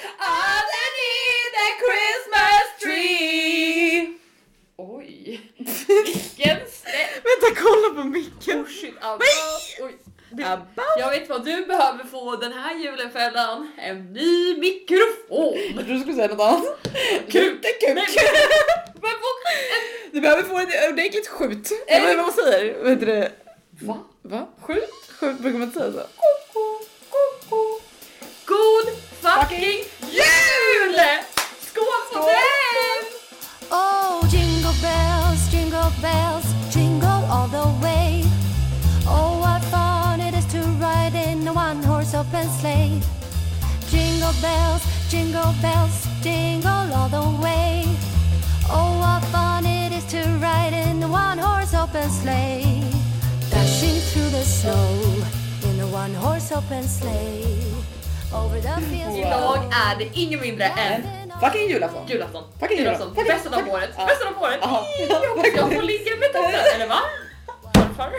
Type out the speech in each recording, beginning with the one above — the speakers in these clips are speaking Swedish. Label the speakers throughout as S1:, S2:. S1: på micken.
S2: Oh shit, Abba. Oj.
S1: Abba.
S2: Jag vet vad du behöver få den här julen Fällan. En ny mikrofon.
S1: Jag trodde du skulle säga något annat.
S2: Kuk.
S1: Det är
S2: Nej,
S1: kuk.
S2: Men vad?
S1: Du behöver få ett ordentligt skjut. Eller vad man säger. Vet du det?
S2: Va?
S1: Va? Skjut? Skjut brukar man inte säga så?
S2: God fucking jul! Skål på
S1: Skål.
S2: den!
S3: Oh, jingle bells, jingle bells, jingle all the way. Oh, what fun it is to ride in a one horse open sleigh. Jingle bells, jingle bells, jingle all the way. Oh, what fun it is to ride in a one horse open sleigh. Dashing through the snow in a one horse open sleigh. Over the fields.
S2: Idag är det inget mindre än
S1: Fucking julafton.
S2: julafton.
S1: Fucking
S2: julafton.
S1: julafton.
S2: Bästa dagen på året.
S1: Ja.
S2: Bästa dagen på året.
S1: Ja.
S2: Jag hoppas jag får ligga med tomten. Eller va? Farfar.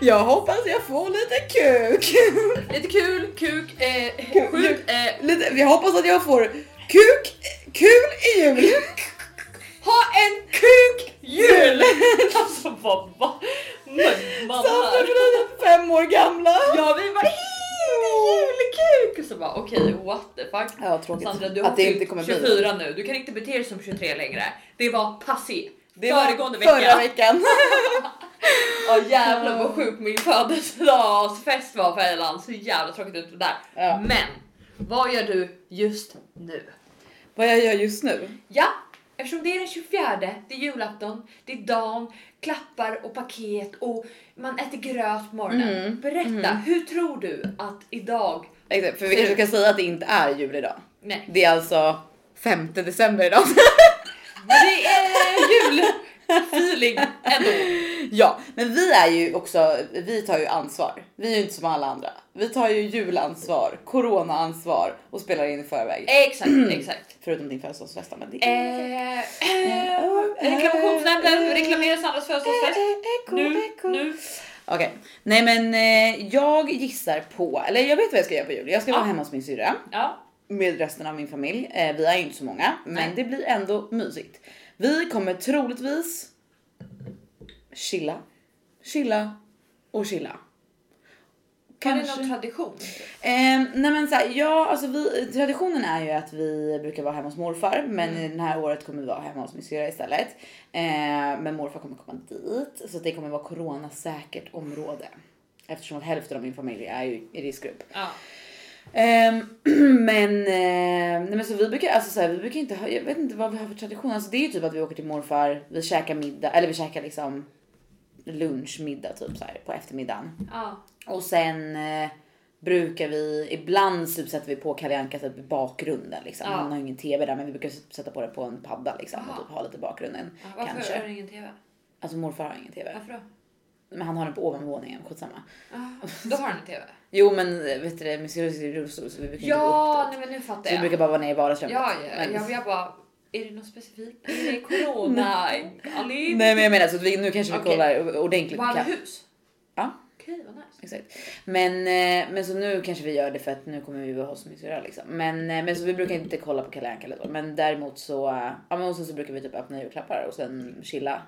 S1: Jag hoppas jag får lite kuk.
S2: Lite kul, kuk, eh,
S1: Kul,
S2: sjuk, eh,
S1: Lite, jag hoppas att jag får kuk, kul i jul.
S2: ha en kuk-jul! alltså vad va? Men
S1: Samma
S2: mamma.
S1: för den fem år gamla.
S2: Ja vi bara julkuk! Och så bara okej what the fuck.
S1: Ja, tråkigt.
S2: Sandra du har
S1: att det
S2: fyllt
S1: inte kommer
S2: 24
S1: bli.
S2: nu, du kan inte bete dig som 23 längre. Det var passé.
S1: Det var
S2: Föregående
S1: Förra
S2: vecka.
S1: veckan.
S2: Ja jävlar vad sjuk min födelsedagsfest var för Ellen. Så jävla tråkigt ut det där.
S1: Ja.
S2: Men vad gör du just nu?
S1: Vad jag gör just nu?
S2: Ja, eftersom det är den 24, det är julafton, det är dagen, klappar och paket och man äter gröt på morgonen.
S1: Mm,
S2: Berätta, hur tror du att idag...
S1: Exakt, för vi kanske ska säga att det inte är jul idag.
S2: Nej,
S1: Det är alltså 5 december idag.
S2: men det är julfeeling ändå.
S1: ja, men vi är ju också, vi tar ju ansvar. Vi är ju inte som alla andra. Vi tar ju julansvar, coronaansvar och spelar in i förväg.
S2: Exakt,
S1: Mm.
S2: exakt.
S1: Förutom din födelsedagsfesta. Men det är...
S2: Eh,
S1: oh,
S2: eh,
S1: eh.
S2: reklamationsnämnden reklamerar Sandras födelsedagsfest. Nu, nu.
S1: Okej, nej men eh, jag gissar på, eller jag vet vad jag ska göra på jul. Jag ska vara
S2: Ja.
S1: hemma hos min syrra.
S2: Ja,
S1: med resten av min familj. Eh, vi är ju inte så många, men
S2: Nej.
S1: det blir ändå mysigt. Vi kommer troligtvis chilla, chilla och chilla.
S2: har ni någon tradition?
S1: Eh, nej men så här, ja, alltså vi, traditionen är ju att vi brukar vara hemma hos morfar, men i det här året kommer vi vara hemma hos min syrra istället. Eh, men morfar kommer komma dit, så att det kommer vara coronasäkert område. Eftersom att hälften av min familj är ju i riskgrupp.
S2: Ja.
S1: Ehm, men, eh, nej men så vi brukar, alltså så här, vi brukar inte ha, jag vet inte vad vi har för tradition. Alltså det är ju typ att vi åker till morfar, vi käkar middag, eller vi käkar liksom lunch, middag typ så här på eftermiddagen.
S2: ja.
S1: Och sen eh, brukar vi, ibland typ sätter vi på Kalle Anka typ i bakgrunden liksom.
S2: Ja.
S1: Han har ju ingen TV där men vi brukar typ sätta på det på en padda liksom och
S2: Jaha.
S1: typ ha lite i bakgrunden.
S2: Varför
S1: kanske.
S2: är det ingen TV?
S1: Alltså morfar har ingen TV.
S2: Varför då?
S1: Men han har den på ovanvåningen, skitsamma.
S2: Ah, Då har ni TV.
S1: Jo men eh, vet du det, min syrra sitter i rullstol så vi brukar inte
S2: Ja,
S1: upp dit.
S2: nej men nu fattar
S1: Så vi
S2: jag.
S1: brukar bara vara nere i vardagsrummet.
S2: Ja, ja,
S1: Men-
S2: ja, jag bara, är det något specifikt? Är det corona? Alin?
S1: Nej men jag menar så att vi, nu kanske vi
S2: Okej.
S1: kollar ordentligt. på
S2: Wow,
S1: katt.
S2: hus?
S1: Ja.
S2: Okej, vad nice.
S1: Exakt. Men, eh, men så nu kanske vi gör det för att nu kommer vi vara hos min syrra liksom. Men, eh, men så vi brukar inte kolla på Kalle Anka eller så. Men däremot så, eh, ja men och sen så brukar vi typ öppna julklappar och sen chilla.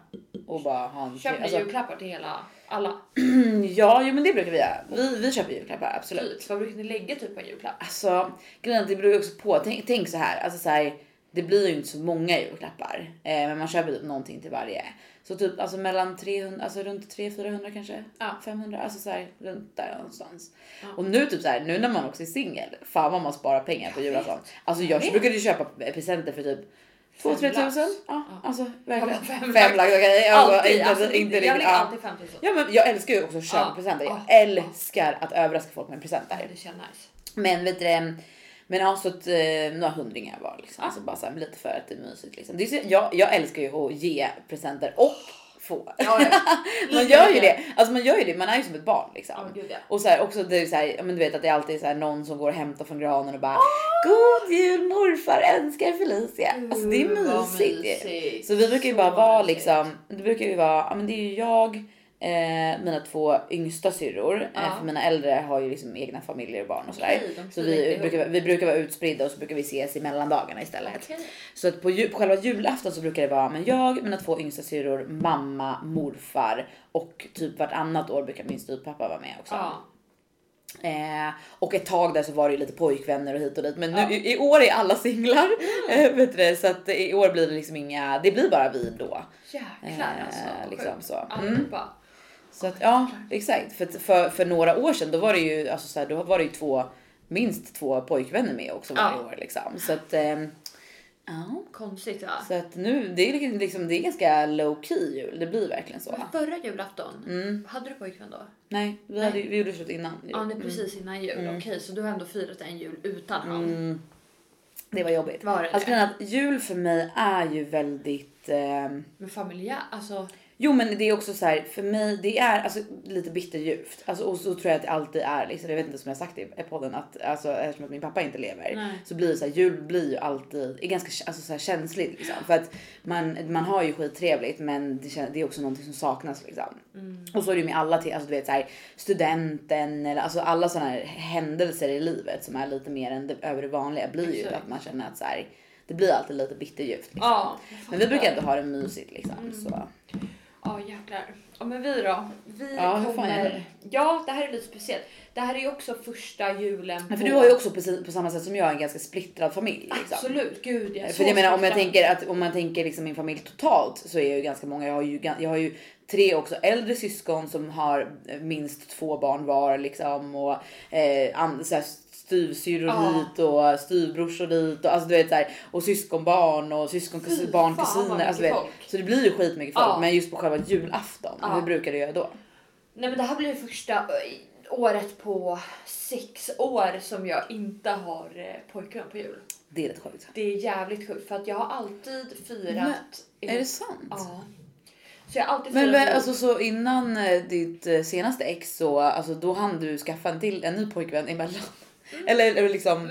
S1: Och bara ha en
S2: Köper ni
S1: alltså,
S2: julklappar till hela, alla?
S1: Ja jo men det brukar vi göra. Vi, vi köper julklappar absolut.
S2: Typ. Vad brukar ni lägga typ på en julklapp?
S1: Alltså grejen är att det beror ju också på. Tänk, tänk så här, alltså så här. Det blir ju inte så många julklappar, eh, men man köper typ någonting till varje. Så typ alltså mellan 300, alltså runt 300-400 kanske?
S2: Ja.
S1: 500, alltså så här runt där någonstans.
S2: Ja.
S1: Och nu typ så här, nu när man också är singel, fan vad man sparar pengar på julafton. Alltså jag
S2: vet.
S1: brukade ju köpa presenter för typ 2-3
S2: lax.
S1: tusen. Ja, alltså verkligen.
S2: Ja, fem
S1: Fem lax. okej. Jag bara,
S2: Alltid!
S1: inte-
S2: Alltså,
S1: inte
S2: inte,
S1: riktigt,
S2: jag lägger
S1: ja.
S2: alltid 5000.
S1: Ja men jag älskar ju också att köpa
S2: Ja.
S1: presenter. Jag
S2: Ja.
S1: älskar att överraska folk med presenter.
S2: Det känns nice.
S1: Men vet du det, men alltså att, eh, några hundringar var
S2: Ah.
S1: liksom. Alltså bara så här, lite för att det är mysigt liksom. Det är så, jag, jag älskar ju att ge presenter och få.
S2: Ja, ja.
S1: Man gör ju det. Alltså man gör ju det. Man är ju som ett barn liksom.
S2: Ja, gud ja.
S1: Och så här, också det är så här, ja, men du vet att det är alltid så här någon som går och hämtar från granen och bara
S2: Ah!
S1: God jul morfar önskar Felicia. Alltså det är
S2: Gud, vad
S1: mysigt ju.
S2: mysigt.
S1: Så vi brukar ju bara
S2: Så
S1: vara
S2: mysigt.
S1: liksom, det brukar ju vara, ja men det är ju jag, eh, mina två yngsta syrror.
S2: Ja.
S1: Eh, för mina äldre har ju liksom egna familjer och barn och sådär.
S2: Okej, de
S1: så
S2: flyger
S1: vi
S2: ihop.
S1: brukar, vi brukar vara utspridda och så brukar vi ses i mellandagarna istället.
S2: Okej.
S1: Så att på, ju, på själva julafton så brukar det vara men jag, mina två yngsta syrror, mamma, morfar och typ vartannat år brukar min styvpappa vara med också.
S2: Ja.
S1: Eh, och ett tag där så var det ju lite pojkvänner och hit och dit men nu,
S2: Ja.
S1: i, i år är alla singlar. Eh, vet du, det, så att i år blir det liksom inga, det blir bara vi då.
S2: Jäklar
S1: Eh,
S2: alltså. vad
S1: liksom
S2: sjukt.
S1: så.
S2: Allihopa.
S1: Så att ja, exakt. För, för, för några år sedan då var det ju, alltså, så här, då var det ju två, minst två pojkvänner med också varje
S2: Ja.
S1: år liksom. Så att, ehm, ja.
S2: Konstigt va?
S1: Så att nu, det är liksom, det är ganska low key jul, det blir verkligen så.
S2: Men Förra julafton,
S1: Mm.
S2: hade du pojkvän då?
S1: Nej, vi, hade, ju- vi gjorde slut innan. jul.
S2: Ja, det är precis innan jul. Okej, så du har ändå firat en jul utan honom.
S1: Mm. Det var jobbigt.
S2: Var det
S1: Alltså
S2: det?
S1: grejen är att jul för mig är ju väldigt... ehm,
S2: Men familjär, alltså.
S1: jo men det är också så här för mig, det är alltså lite bitterljuvt. Alltså, och så tror jag att det alltid är, liksom, jag vet inte som jag har sagt i i podden, att alltså, eftersom att min pappa inte lever
S2: Nej.
S1: så blir det så här, jul blir ju alltid är ganska kä- alltså, så här, känsligt liksom. För att man, man har ju skittrevligt men det, kän- det är också någonting som saknas liksom.
S2: Mm.
S1: Och så är det ju med alla till, alltså du vet så här, studenten eller alltså alla sådana här händelser i livet som är lite mer än det, över det vanliga blir ju
S2: Exakt.
S1: att man känner att så här, det blir alltid lite bitterljuvt. Liksom.
S2: Ja.
S1: Men vi brukar ändå ha det mysigt liksom.
S2: Mm.
S1: Så.
S2: Ja jäklar. Ja men vi då? Vi
S1: Ja, hur fan är
S2: kommer...
S1: det?
S2: Ja det här är lite speciellt. Det här är ju också första julen
S1: Men för
S2: på-
S1: du har ju också precis på samma sätt som jag en ganska splittrad familj. Liksom.
S2: Absolut, gud ja.
S1: För jag menar om jag tänker att om man tänker liksom min familj totalt så är jag ju ganska många. Jag har ju, gan- jag har ju tre också äldre syskon som har eh, minst två barn var liksom och eh, an- så här, styvsyrror
S2: Ja.
S1: dit och styvbrorsor dit och alltså du vet så här, och syskonbarn och
S2: Fy
S1: syskonbarn
S2: fan, vad
S1: barnkusiner.
S2: mycket
S1: Alltså, du vet.
S2: folk.
S1: så det blir ju skitmycket folk.
S2: Ja.
S1: Men just på själva julafton,
S2: Ja.
S1: hur brukar du göra då?
S2: Nej men det här blir första eh, året på sex år som jag inte har eh, pojkvän på jul.
S1: Det är rätt sjukt.
S2: Det är jävligt sjukt för att jag har alltid firat...
S1: Är det sant?
S2: Ja. Så jag har alltid
S1: Men,
S2: firat...
S1: men
S2: jul.
S1: alltså så innan eh, ditt eh, senaste ex så alltså, då hann du skaffa en till en ny pojkvän emellan?
S2: Mm.
S1: Eller, eller liksom.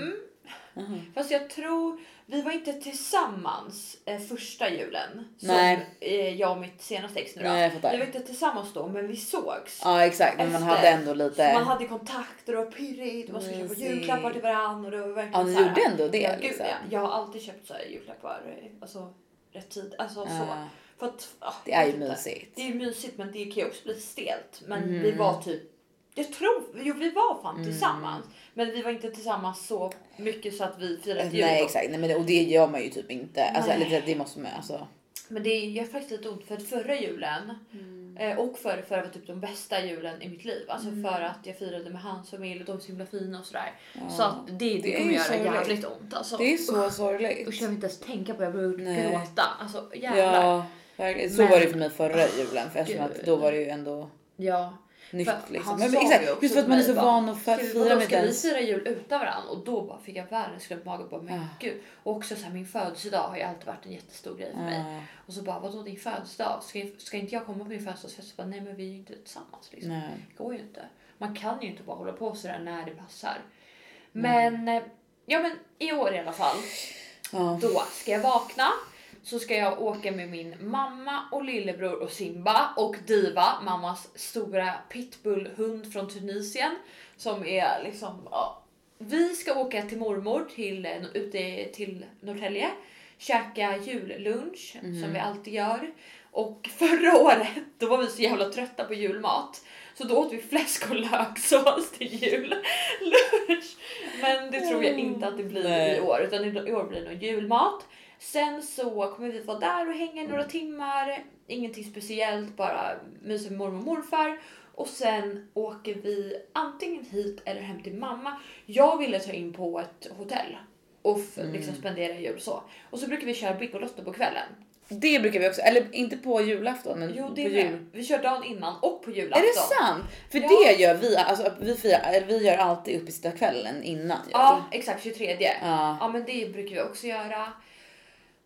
S2: Fast jag tror, vi var inte tillsammans eh, första julen.
S1: Nej.
S2: Som eh, jag och mitt senaste ex nu då.
S1: Nej, jag fattar.
S2: Vi var inte tillsammans då men vi sågs.
S1: Ja exakt, men man
S2: Efter.
S1: hade ändå
S2: Så
S1: lite.
S2: man hade kontakt och det var pirrigt och man skulle köpa
S1: Mysigt.
S2: julklappar till varandra. Och det var verkligen
S1: Ja ni
S2: så här-
S1: gjorde ändå det
S2: ja,
S1: liksom.
S2: gud, ja. Jag har alltid köpt så här julklappar eh, alltså, rätt tid. Alltså, så.
S1: Ja,
S2: För att, ah,
S1: det
S2: jag
S1: är
S2: vet
S1: ju
S2: inte.
S1: mysigt.
S2: Det är ju mysigt men det kan ju också bli stelt. Men
S1: Mm.
S2: vi var typ, jag tror, jo vi var fan tillsammans. Men vi var inte tillsammans så mycket så att vi firade jul.
S1: Nej
S2: då.
S1: exakt, nej, men det, och det gör man ju typ inte. Alltså,
S2: Nej.
S1: eller det- det måste man alltså.
S2: Men det gör faktiskt lite ont för att förra julen
S1: Mm.
S2: eh, och förra, förra var typ de bästa julen i mitt liv. Alltså för att jag firade med hans familj och de var så himla fina och sådär. Så att det, det,
S1: Det är
S2: kommer
S1: ju
S2: göra
S1: sorgligt.
S2: jävligt ont alltså.
S1: Det är så
S2: Usch, usch, jag
S1: sorgligt.
S2: vill inte ens tänka på det. Jag börjar
S1: Nej.
S2: gråta. Alltså jävlar. Ja.
S1: Ja, verkligen. Så
S2: Men-
S1: var det ju för mig förra julen för eftersom
S2: gud.
S1: att då var det ju ändå
S2: För
S1: nytt liksom.
S2: han
S1: Men,
S2: sa
S1: men,
S2: ju också
S1: exakt, just för att man är
S2: till
S1: så
S2: mig,
S1: van att
S2: Ska
S1: fa-
S2: vi,
S1: fira
S2: vadå,
S1: med
S2: ska vi
S1: den.
S2: fira jul utan varandra? Och då bara fick jag världens klump i magen. Bara, men gud. Och också så här, min födelsedag har ju alltid varit en jättestor grej för mig.
S1: Ja,
S2: Och så bara, vadå din födelsedag? Ska, ska inte jag komma på din födelsedagsfest? Så bara, nej men vi är ju inte tillsammans liksom.
S1: nej.
S2: Det går ju inte. Man kan ju inte bara hålla på sådär när det passar. Men, eh, ja men i år i alla fall.
S1: Ja.
S2: Då ska jag vakna. Så ska jag åka med min mamma och lillebror och Simba och Diva, mammas stora pitbullhund från Tunisien. Som är liksom, ja. Vi ska åka till mormor till, eh, ute till Norrtälje. Käka jullunch som vi alltid gör. Och förra året då var vi så jävla trötta på julmat. Så då åt vi fläsk och löksås till jullunch. Men det tror jag inte att det blir
S1: Mm, Nej.
S2: i år. Utan i år blir det nog julmat. Sen så kommer vi vara där och hänga i några
S1: Mm.
S2: timmar. Ingenting speciellt, bara mysa med mormor och morfar. Och sen åker vi antingen hit eller hem till mamma. Jag ville ta in på ett hotell och f-
S1: Mm.
S2: liksom spendera jul så. Och så brukar vi köra Bingolotto på kvällen.
S1: Det brukar vi också, eller inte på julafton men
S2: Jo,
S1: Mm, på
S2: det är
S1: jul.
S2: med. Vi kör dagen innan och på julafton.
S1: Är det sant? För
S2: Ja.
S1: det gör vi, alltså vi firar, eller vi gör alltid uppesittarkvällen innan. ju.
S2: Ja, exakt 23. Ja.
S1: Ja.
S2: men det brukar vi också göra.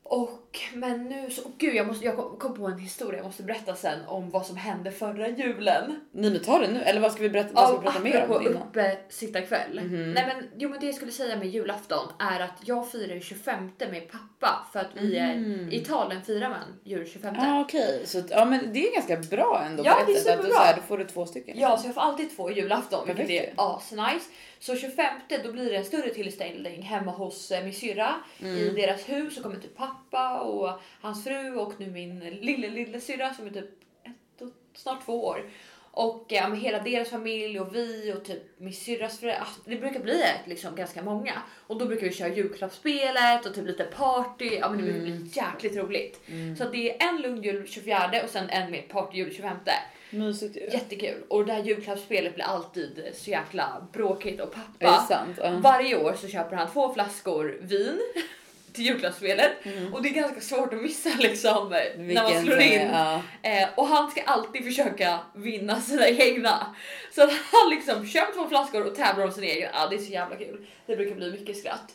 S2: Och men nu så, åh gud jag, måste, jag kom- kom på en historia jag måste berätta sen om vad som hände förra julen.
S1: Nej men ta det nu, eller vad ska vi berätta, vad ska vi prata mer om Mhm.
S2: apropå
S1: innan?
S2: uppe sitta kväll. Nej men jo men det jag skulle säga med julafton är att jag firar ju 25 med pappa för att vi är, i Italien firar man jul 25.
S1: Ja Mm. ah, okej, så att- ja, men det är ganska bra ändå
S2: Ja,
S1: på
S2: det är
S1: ett sätt. Att du,
S2: superbra.
S1: så här, då får du två stycken.
S2: Ja, så jag får alltid två julafton, vilket
S1: Perfekt
S2: är asnice. Så 25 då blir det en större tillställning hemma hos eh, min syrra. I deras hus så kommer typ pappa och hans fru och nu min lille lille syrra som är typ ett och, snart två år. Och eh, ja, med hela deras familj och vi och typ min syrras föräldrar. Alltså, Det brukar bli ett, liksom, ganska många. Och då brukar vi köra julklappsspelet och typ lite party. Ja, men det brukar bli jäkligt roligt. Så det är en lugn jul 24 och sen en mer partyjul 25.
S1: liksom. Mysigt ju.
S2: Jättekul! Och det här julklappsspelet blir alltid så jäkla bråkigt och
S1: Är det
S2: pappa
S1: sant? Ja.
S2: varje år så köper han två flaskor vin till julklappsspelet och det är ganska svårt att missa liksom eh, när man
S1: Mm. Vilken
S2: slår
S1: som är-
S2: in.
S1: Ja.
S2: Eh, och han ska alltid försöka vinna sina egna. Så att han liksom köper två flaskor och tävlar om sin egen. Ah, det är så jävla kul. Det brukar bli mycket skratt.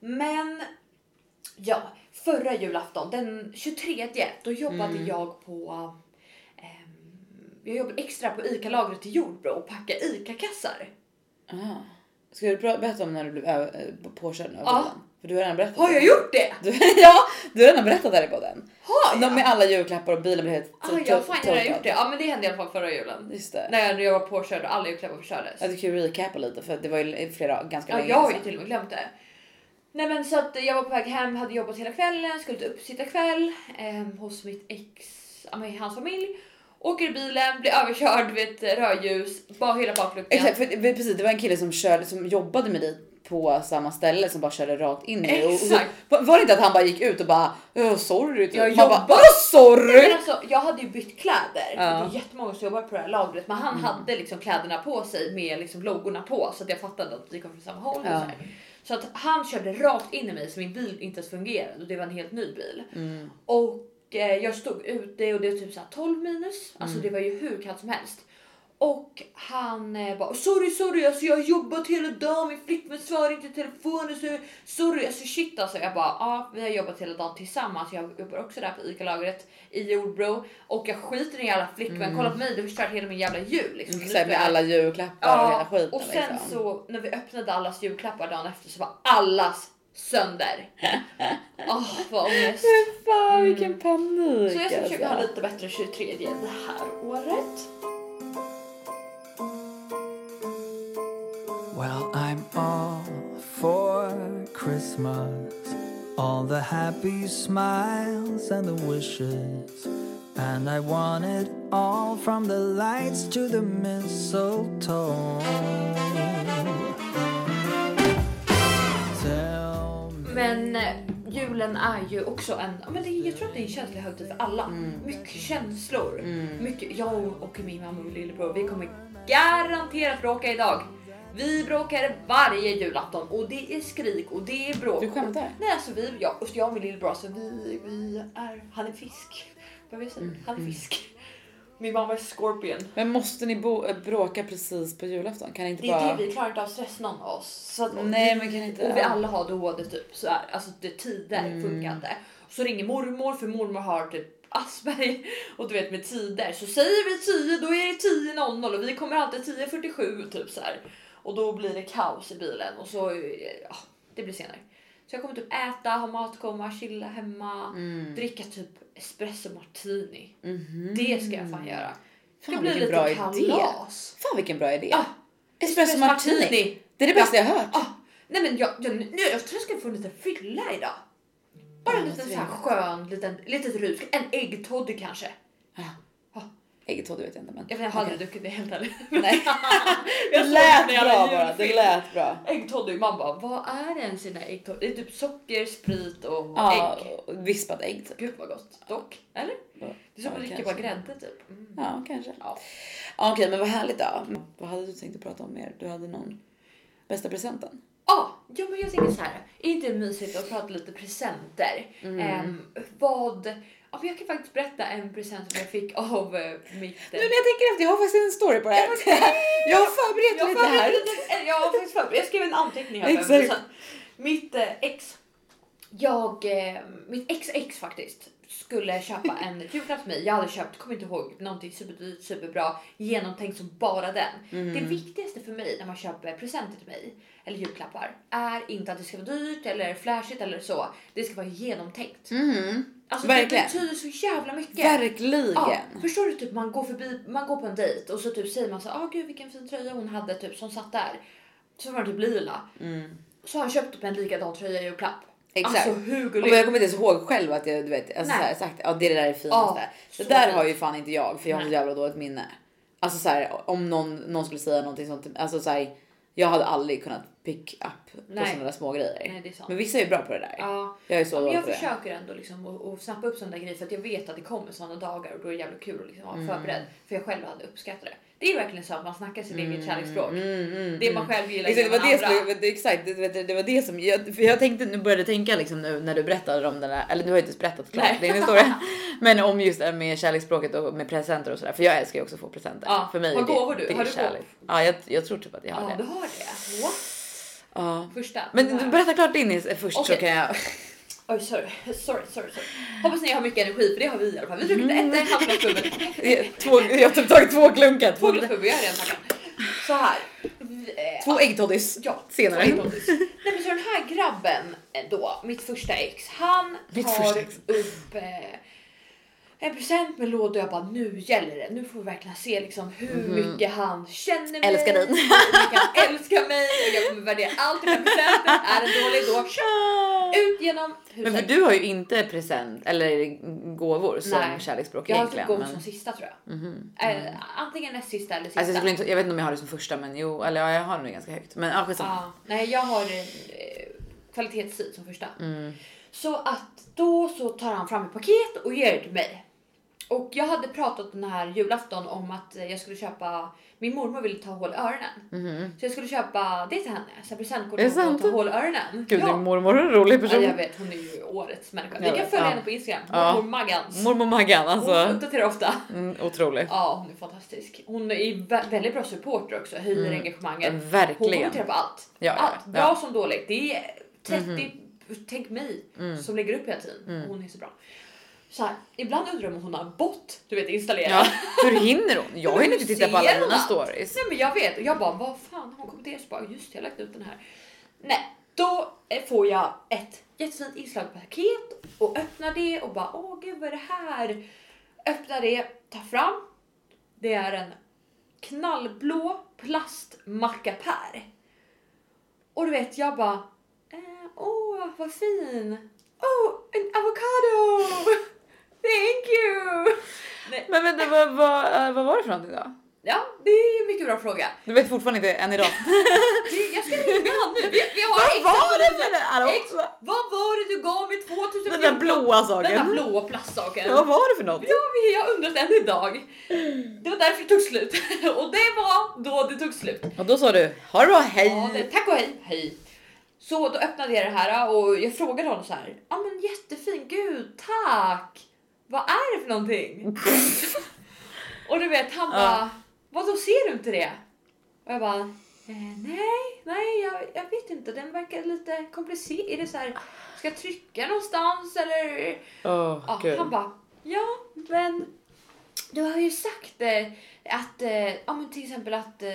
S2: Men ja, förra julafton den 23 då jobbade jag på ehm, jag jobbade extra på ICA-lagret i Jordbro och packa ICA-kassar.
S1: Ah. Ska du pra- berätta om när du blev ö- eh, påkörd av
S2: Ja.
S1: bilen? För du har redan berättat.
S2: Har
S1: det.
S2: jag gjort det?
S1: Du, ja, du har redan berättat det här i podden.
S2: Har
S1: De
S2: jag?
S1: med alla julklappar och bilen blev helt
S2: Ah,
S1: to-
S2: ja,
S1: to-
S2: fan jag har redan
S1: torkad.
S2: gjort det. Ja men det hände i alla fall förra julen.
S1: Just det.
S2: När jag var påkörd och alla julklappar förstördes.
S1: Jag tycker vi recapa lite för det var ju flera ganska
S2: Ja,
S1: länge
S2: jag har ju
S1: sedan.
S2: till och med glömt det. Nej men så att jag var på väg hem, hade jobbat hela kvällen, skulle till uppsitta kväll eh, hos mitt ex, ja, men hans familj. Åker i bilen, blir överkörd vid ett rödljus, bara hela bakluckan.
S1: Exakt, för, för precis, det var en kille som, körde, som jobbade med dig på samma ställe som bara körde rakt in i dig. Och- och-
S2: Exakt.
S1: Var var det inte att han bara gick ut och bara "Åh, sorry? typ?
S2: Jag
S1: Man bara
S2: jobbar. Men
S1: "Åh, sorry!
S2: alltså, jag hade ju bytt kläder.
S1: Ja. Mm.
S2: Det är jättemånga som jobbar på det här lagret men han hade liksom kläderna på sig med liksom loggorna på så att jag fattade att vi kom från samma håll.
S1: Ja.
S2: Och så, här. så att han körde rakt in i mig så min bil inte ens fungerade och det var en helt ny bil.
S1: Mm.
S2: Och eh, jag stod ute och det var typ så här 12 minus. Alltså
S1: Mm.
S2: det var ju hur kallt som helst. Och han eh, bara sorry sorry alltså jag har jobbat hela dagen min flickvän svarar inte i telefonen så sorry alltså shit alltså. Jag bara ja ah, vi har jobbat hela dagen tillsammans. Jag jobbar också där på ICA lagret i Jordbro och jag skiter i din jävla flickvän. Kolla på mig du har förstört hela min jävla jul. Liksom.
S1: Mm. Exakt
S2: Nu
S1: med
S2: ska jag-
S1: alla julklappar och hela
S2: Ja,
S1: skiten.
S2: och sen
S1: liksom.
S2: så när vi öppnade allas julklappar dagen efter så var allas sönder. Åh vad ångest.
S1: Fy Fan vilken panik!
S2: Mm. Så jag ska försöka
S1: alltså.
S2: ha lite bättre 23 det här året.
S4: Well, I'm all for Christmas. All the happy smiles and the wishes. And I want it all from the lights to the mistletoe. Tell me.
S2: Men eh, julen är ju också en, ja, men det, jag tror att det är en känslig högtid för alla.
S1: Mm.
S2: Mycket känslor. Mycket, jag och min mamma och lillebror, vi kommer garanterat bråka idag. Vi bråkar varje julafton och det är skrik och det är bråk.
S1: Du skämtar?
S2: Nej alltså vi, jag, och jag och min lillebror, alltså vi, vi är, han är fisk. Vad vill jag
S1: Mm.
S2: säga? Han är fisk. Min mamma är scorpion.
S1: Men måste ni bo- äh, bråka precis på julafton? Kan ni inte
S2: Det är
S1: bara...
S2: det vi klarar inte av stress någon av oss. Så att
S1: Nej, men kan inte- Mm.
S2: Och vi alla har ADHD typ så här, alltså det tider funkar inte. Så ringer mormor för mormor har typ Asperger och du vet med tider så säger vi 10 då är det 10.00 och vi kommer alltid 10.47 typ så här. Och då blir det kaos i bilen och så ja, det blir senare. Så jag kommer typ äta, ha matkomma, chilla hemma,
S1: Mm.
S2: dricka typ espresso martini.
S1: Mhm.
S2: Det ska jag fan göra.
S1: Fan,
S2: det blir
S1: vilken
S2: lite
S1: bra idé.
S2: kalas.
S1: Fan vilken bra idé!
S2: Ja.
S1: Espresso martini. Det är det bästa jag har hört.
S2: Ah, nej men jag, jag, nu, jag tror jag ska få en liten fylla idag. Bara en
S1: Ja,
S2: liten så här
S1: trevligt.
S2: skön liten, litet rus. En äggtoddy kanske.
S1: Ägget tog du vet jag inte men.
S2: Jag, vet, jag har aldrig druckit det helt ärligt.
S1: Nej.
S2: Jag
S1: Det
S2: såg
S1: lät
S2: den i alla
S1: bra bara, det
S2: julfilm.
S1: lät bra.
S2: Äggtoddy, man bara vad är ens i den här äggtoddy? Det är typ socker, sprit och
S1: Ja,
S2: ägg.
S1: och vispat ägg typ.
S2: Gud vad gott dock, eller? Det är som
S1: Ja,
S2: att dricka
S1: kanske.
S2: bara grädde typ. Mm.
S1: Ja, kanske.
S2: Ja.
S1: Ja, Okej, men vad härligt då. Vad hade du tänkt att prata om mer? Du hade någon bästa presenten?
S2: Ah, ja, men jag tänker så här. Är inte det mysigt att prata lite presenter?
S1: Mm. Eh,
S2: Ehm, vad... Ja, men jag kan faktiskt berätta en present som jag fick av eh, mitt... eh,
S1: Nu när jag tänker efter, jag har faktiskt en story på det här. Jag har förberett
S2: jag, har
S1: lite här.
S2: förberett lite- eh, jag har faktiskt förberett. Jag skrev en anteckning här.
S1: Exakt.
S2: Exakt. Mitt eh, ex Jag, eh, mitt ex-ex faktiskt, skulle köpa en julklapp till mig. Jag hade köpt, kommer inte ihåg, någonting superdyrt, superbra, genomtänkt som bara den.
S1: Mm.
S2: Det viktigaste för mig när man köper presenter till mig, eller julklappar, är inte att det ska vara dyrt eller flashigt eller så. Det ska vara genomtänkt. Alltså
S1: Mm. Verkligen.
S2: det betyder så jävla mycket.
S1: Verkligen.
S2: Ja, förstår du? Typ, man, går förbi, man går på en dejt och så typ säger man så här, ah, gud vilken fin tröja hon hade typ, som satt där. Så var den typ lila. Så har han köpt typ en likadan tröja i julklapp.
S1: Mm. Exakt.
S2: Alltså hur
S1: Och jag
S2: gulligt?
S1: kommer inte ens ihåg själv att jag du vet, alltså
S2: Nej.
S1: såhär, sagt ja det där är det finaste.
S2: Ja,
S1: det
S2: så
S1: där
S2: fint.
S1: har ju fan inte jag för jag har så
S2: Nej.
S1: jävla dåligt minne. Alltså såhär om någon, någon skulle säga någonting sånt till mig, alltså såhär jag hade aldrig kunnat pick up på
S2: Nej.
S1: sådana där små grejer.
S2: Nej, det är sant.
S1: Men vissa är ju bra på det där.
S2: Ja.
S1: Jag är så
S2: Ja, men
S1: dålig
S2: jag
S1: på det.
S2: försöker ändå liksom att, att snappa upp sådana där grejer för att jag vet att det kommer sådana dagar och då är det jävligt kul att liksom
S1: Mm.
S2: vara förberedd. För jag själv hade uppskattat det. Det är verkligen så att man snackar sitt eget kärleksspråk. det man själv gillar
S1: Mm. Exakt, det, var det,
S2: andra.
S1: som, det- exakt det, vet du, det var det som jag, för jag tänkte nu började jag tänka liksom nu när du berättade om den där, eller du har ju inte berättat klart
S2: Nej.
S1: din historia, men om just det här med kärleksspråket och med presenter och sådär. För jag älskar ju också att få presenter.
S2: Ja,
S1: För mig
S2: har
S1: är det,
S2: gåvor du?
S1: det är
S2: Har du
S1: kärlek. Ja, jag, jag tror typ att jag har
S2: Ja,
S1: det.
S2: du har det. What?
S1: Ja.
S2: Första.
S1: Men
S2: Wow.
S1: berätta klart din is- först så
S2: Okej.
S1: kan jag.
S2: Oj, sorry. sorry, sorry, sorry. Hoppas ni har mycket energi för det har vi i alla fall. Vi druckit
S1: Mm.
S2: ett halvt glas bubbel.
S1: Två, jag har typ tagit två klunkar. Två,
S2: Två glas bubbel, jag har redan tackat. Så här. Eh,
S1: två äggtoddies
S2: Ja,
S1: senare.
S2: så är det någonting. Nej men så den här grabben eh, då, mitt första ex, han
S1: Mitt
S2: tar
S1: första ex.
S2: upp eh, en present med låda och jag bara nu gäller det. Nu får vi verkligen se liksom hur mycket han känner mig.
S1: Mhm. Älskar dig.
S2: Hur mycket han älskar mig och jag kommer värdera allt i den här presenten. Är den dålig då tja, ut genom huset.
S1: Men för du har ju inte present eller gåvor som
S2: Nej.
S1: kärleksspråk
S2: jag har typ
S1: egentligen.
S2: gått
S1: men- Mm-hmm.
S2: som sista tror jag. Eh, antingen näst sista eller sista.
S1: Alltså jag, skulle inte, jag vet inte om jag har det som första men jo, eller ja, jag har det nog ganska högt. Men ja, skitsamma.
S2: Ja, nej, jag har eh, kvalitetstid som första. Så att då så tar han fram ett paket och ger det till mig. Och jag hade pratat den här julafton om att eh, jag skulle köpa, min mormor ville ta hål i öronen. Så jag skulle köpa det till henne, så här presentkort
S1: Mm-hmm. Är det
S2: till hon
S1: sant?
S2: ta hål i öronen.
S1: Gud din mormor är en rolig
S2: ja,
S1: person.
S2: jag vet, hon är ju årets människa. Ni
S1: Jag
S2: kan
S1: vet,
S2: följa
S1: ja.
S2: henne på Instagram,
S1: Ja.
S2: mormor Maggans.
S1: Mormor Maggan
S2: Hon
S1: alltså.
S2: uppdaterar ofta.
S1: Mm, otrolig.
S2: Ja, hon är fantastisk. Hon är ju vä- väldigt bra supporter också, höjer engagemanget. Hon
S1: Mm. Verkligen.
S2: kommenterar på allt.
S1: Ja, ja,
S2: allt.
S1: ja. Mhm.
S2: Bra som dåligt. Det är 30, tänk mig,
S1: Mm.
S2: som lägger upp hela tiden. Hon är så bra. Så här, ibland undrar jag om hon har en bot du vet installerad.
S1: Ja, hur hinner hon? Jag hinner inte titta på alla
S2: Ser hon
S1: dina
S2: allt?
S1: stories.
S2: Nej men jag vet och jag bara vad fan hon kommenterar så bara just det, jag har lagt ut den här. Nej, då eh, får jag ett jättefint inslaget paket och öppnar det och bara åh gud vad är det här? Öppnar det, tar fram. Det är en knallblå plastmackapär. Och du vet jag bara eh, åh vad fin. Åh en avokado! Thank you! Nej,
S1: Men vänta, vad, vad, eh, vad var det för någonting då?
S2: ja, det är en mycket bra fråga.
S1: Du vet fortfarande inte än idag.
S2: Det- Jag ska ringa han nu. Vi, vi har
S1: vad
S2: exakt-
S1: var det för det?
S2: Ex,
S1: Alltså,
S2: vad var det du gav mig 2014?
S1: den där blåa
S2: Den där
S1: saken.
S2: blåa plastsaken.
S1: Vad var det för något?
S2: Ja, vi- jag undrar än idag. Det var därför det tog slut. Och det var då det tog slut.
S1: Och då sa du ha det bra, hej.
S2: Ja, det, tack och hej. Hej. Så då öppnade jag det här och jag frågade honom så här. Ja, men jättefin. Gud, tack. Vad är det för någonting? och du vet, han bara. Vad då ser du inte det? Och jag bara. "Eh, Nej, nej, jag, jag vet inte. Den verkar lite komplicerad. Är det så här? Ska jag trycka någonstans eller?
S1: Åh,
S2: Ja,
S1: gud.
S2: han bara, ja men du har ju sagt eh, att, eh, ja men till exempel att eh,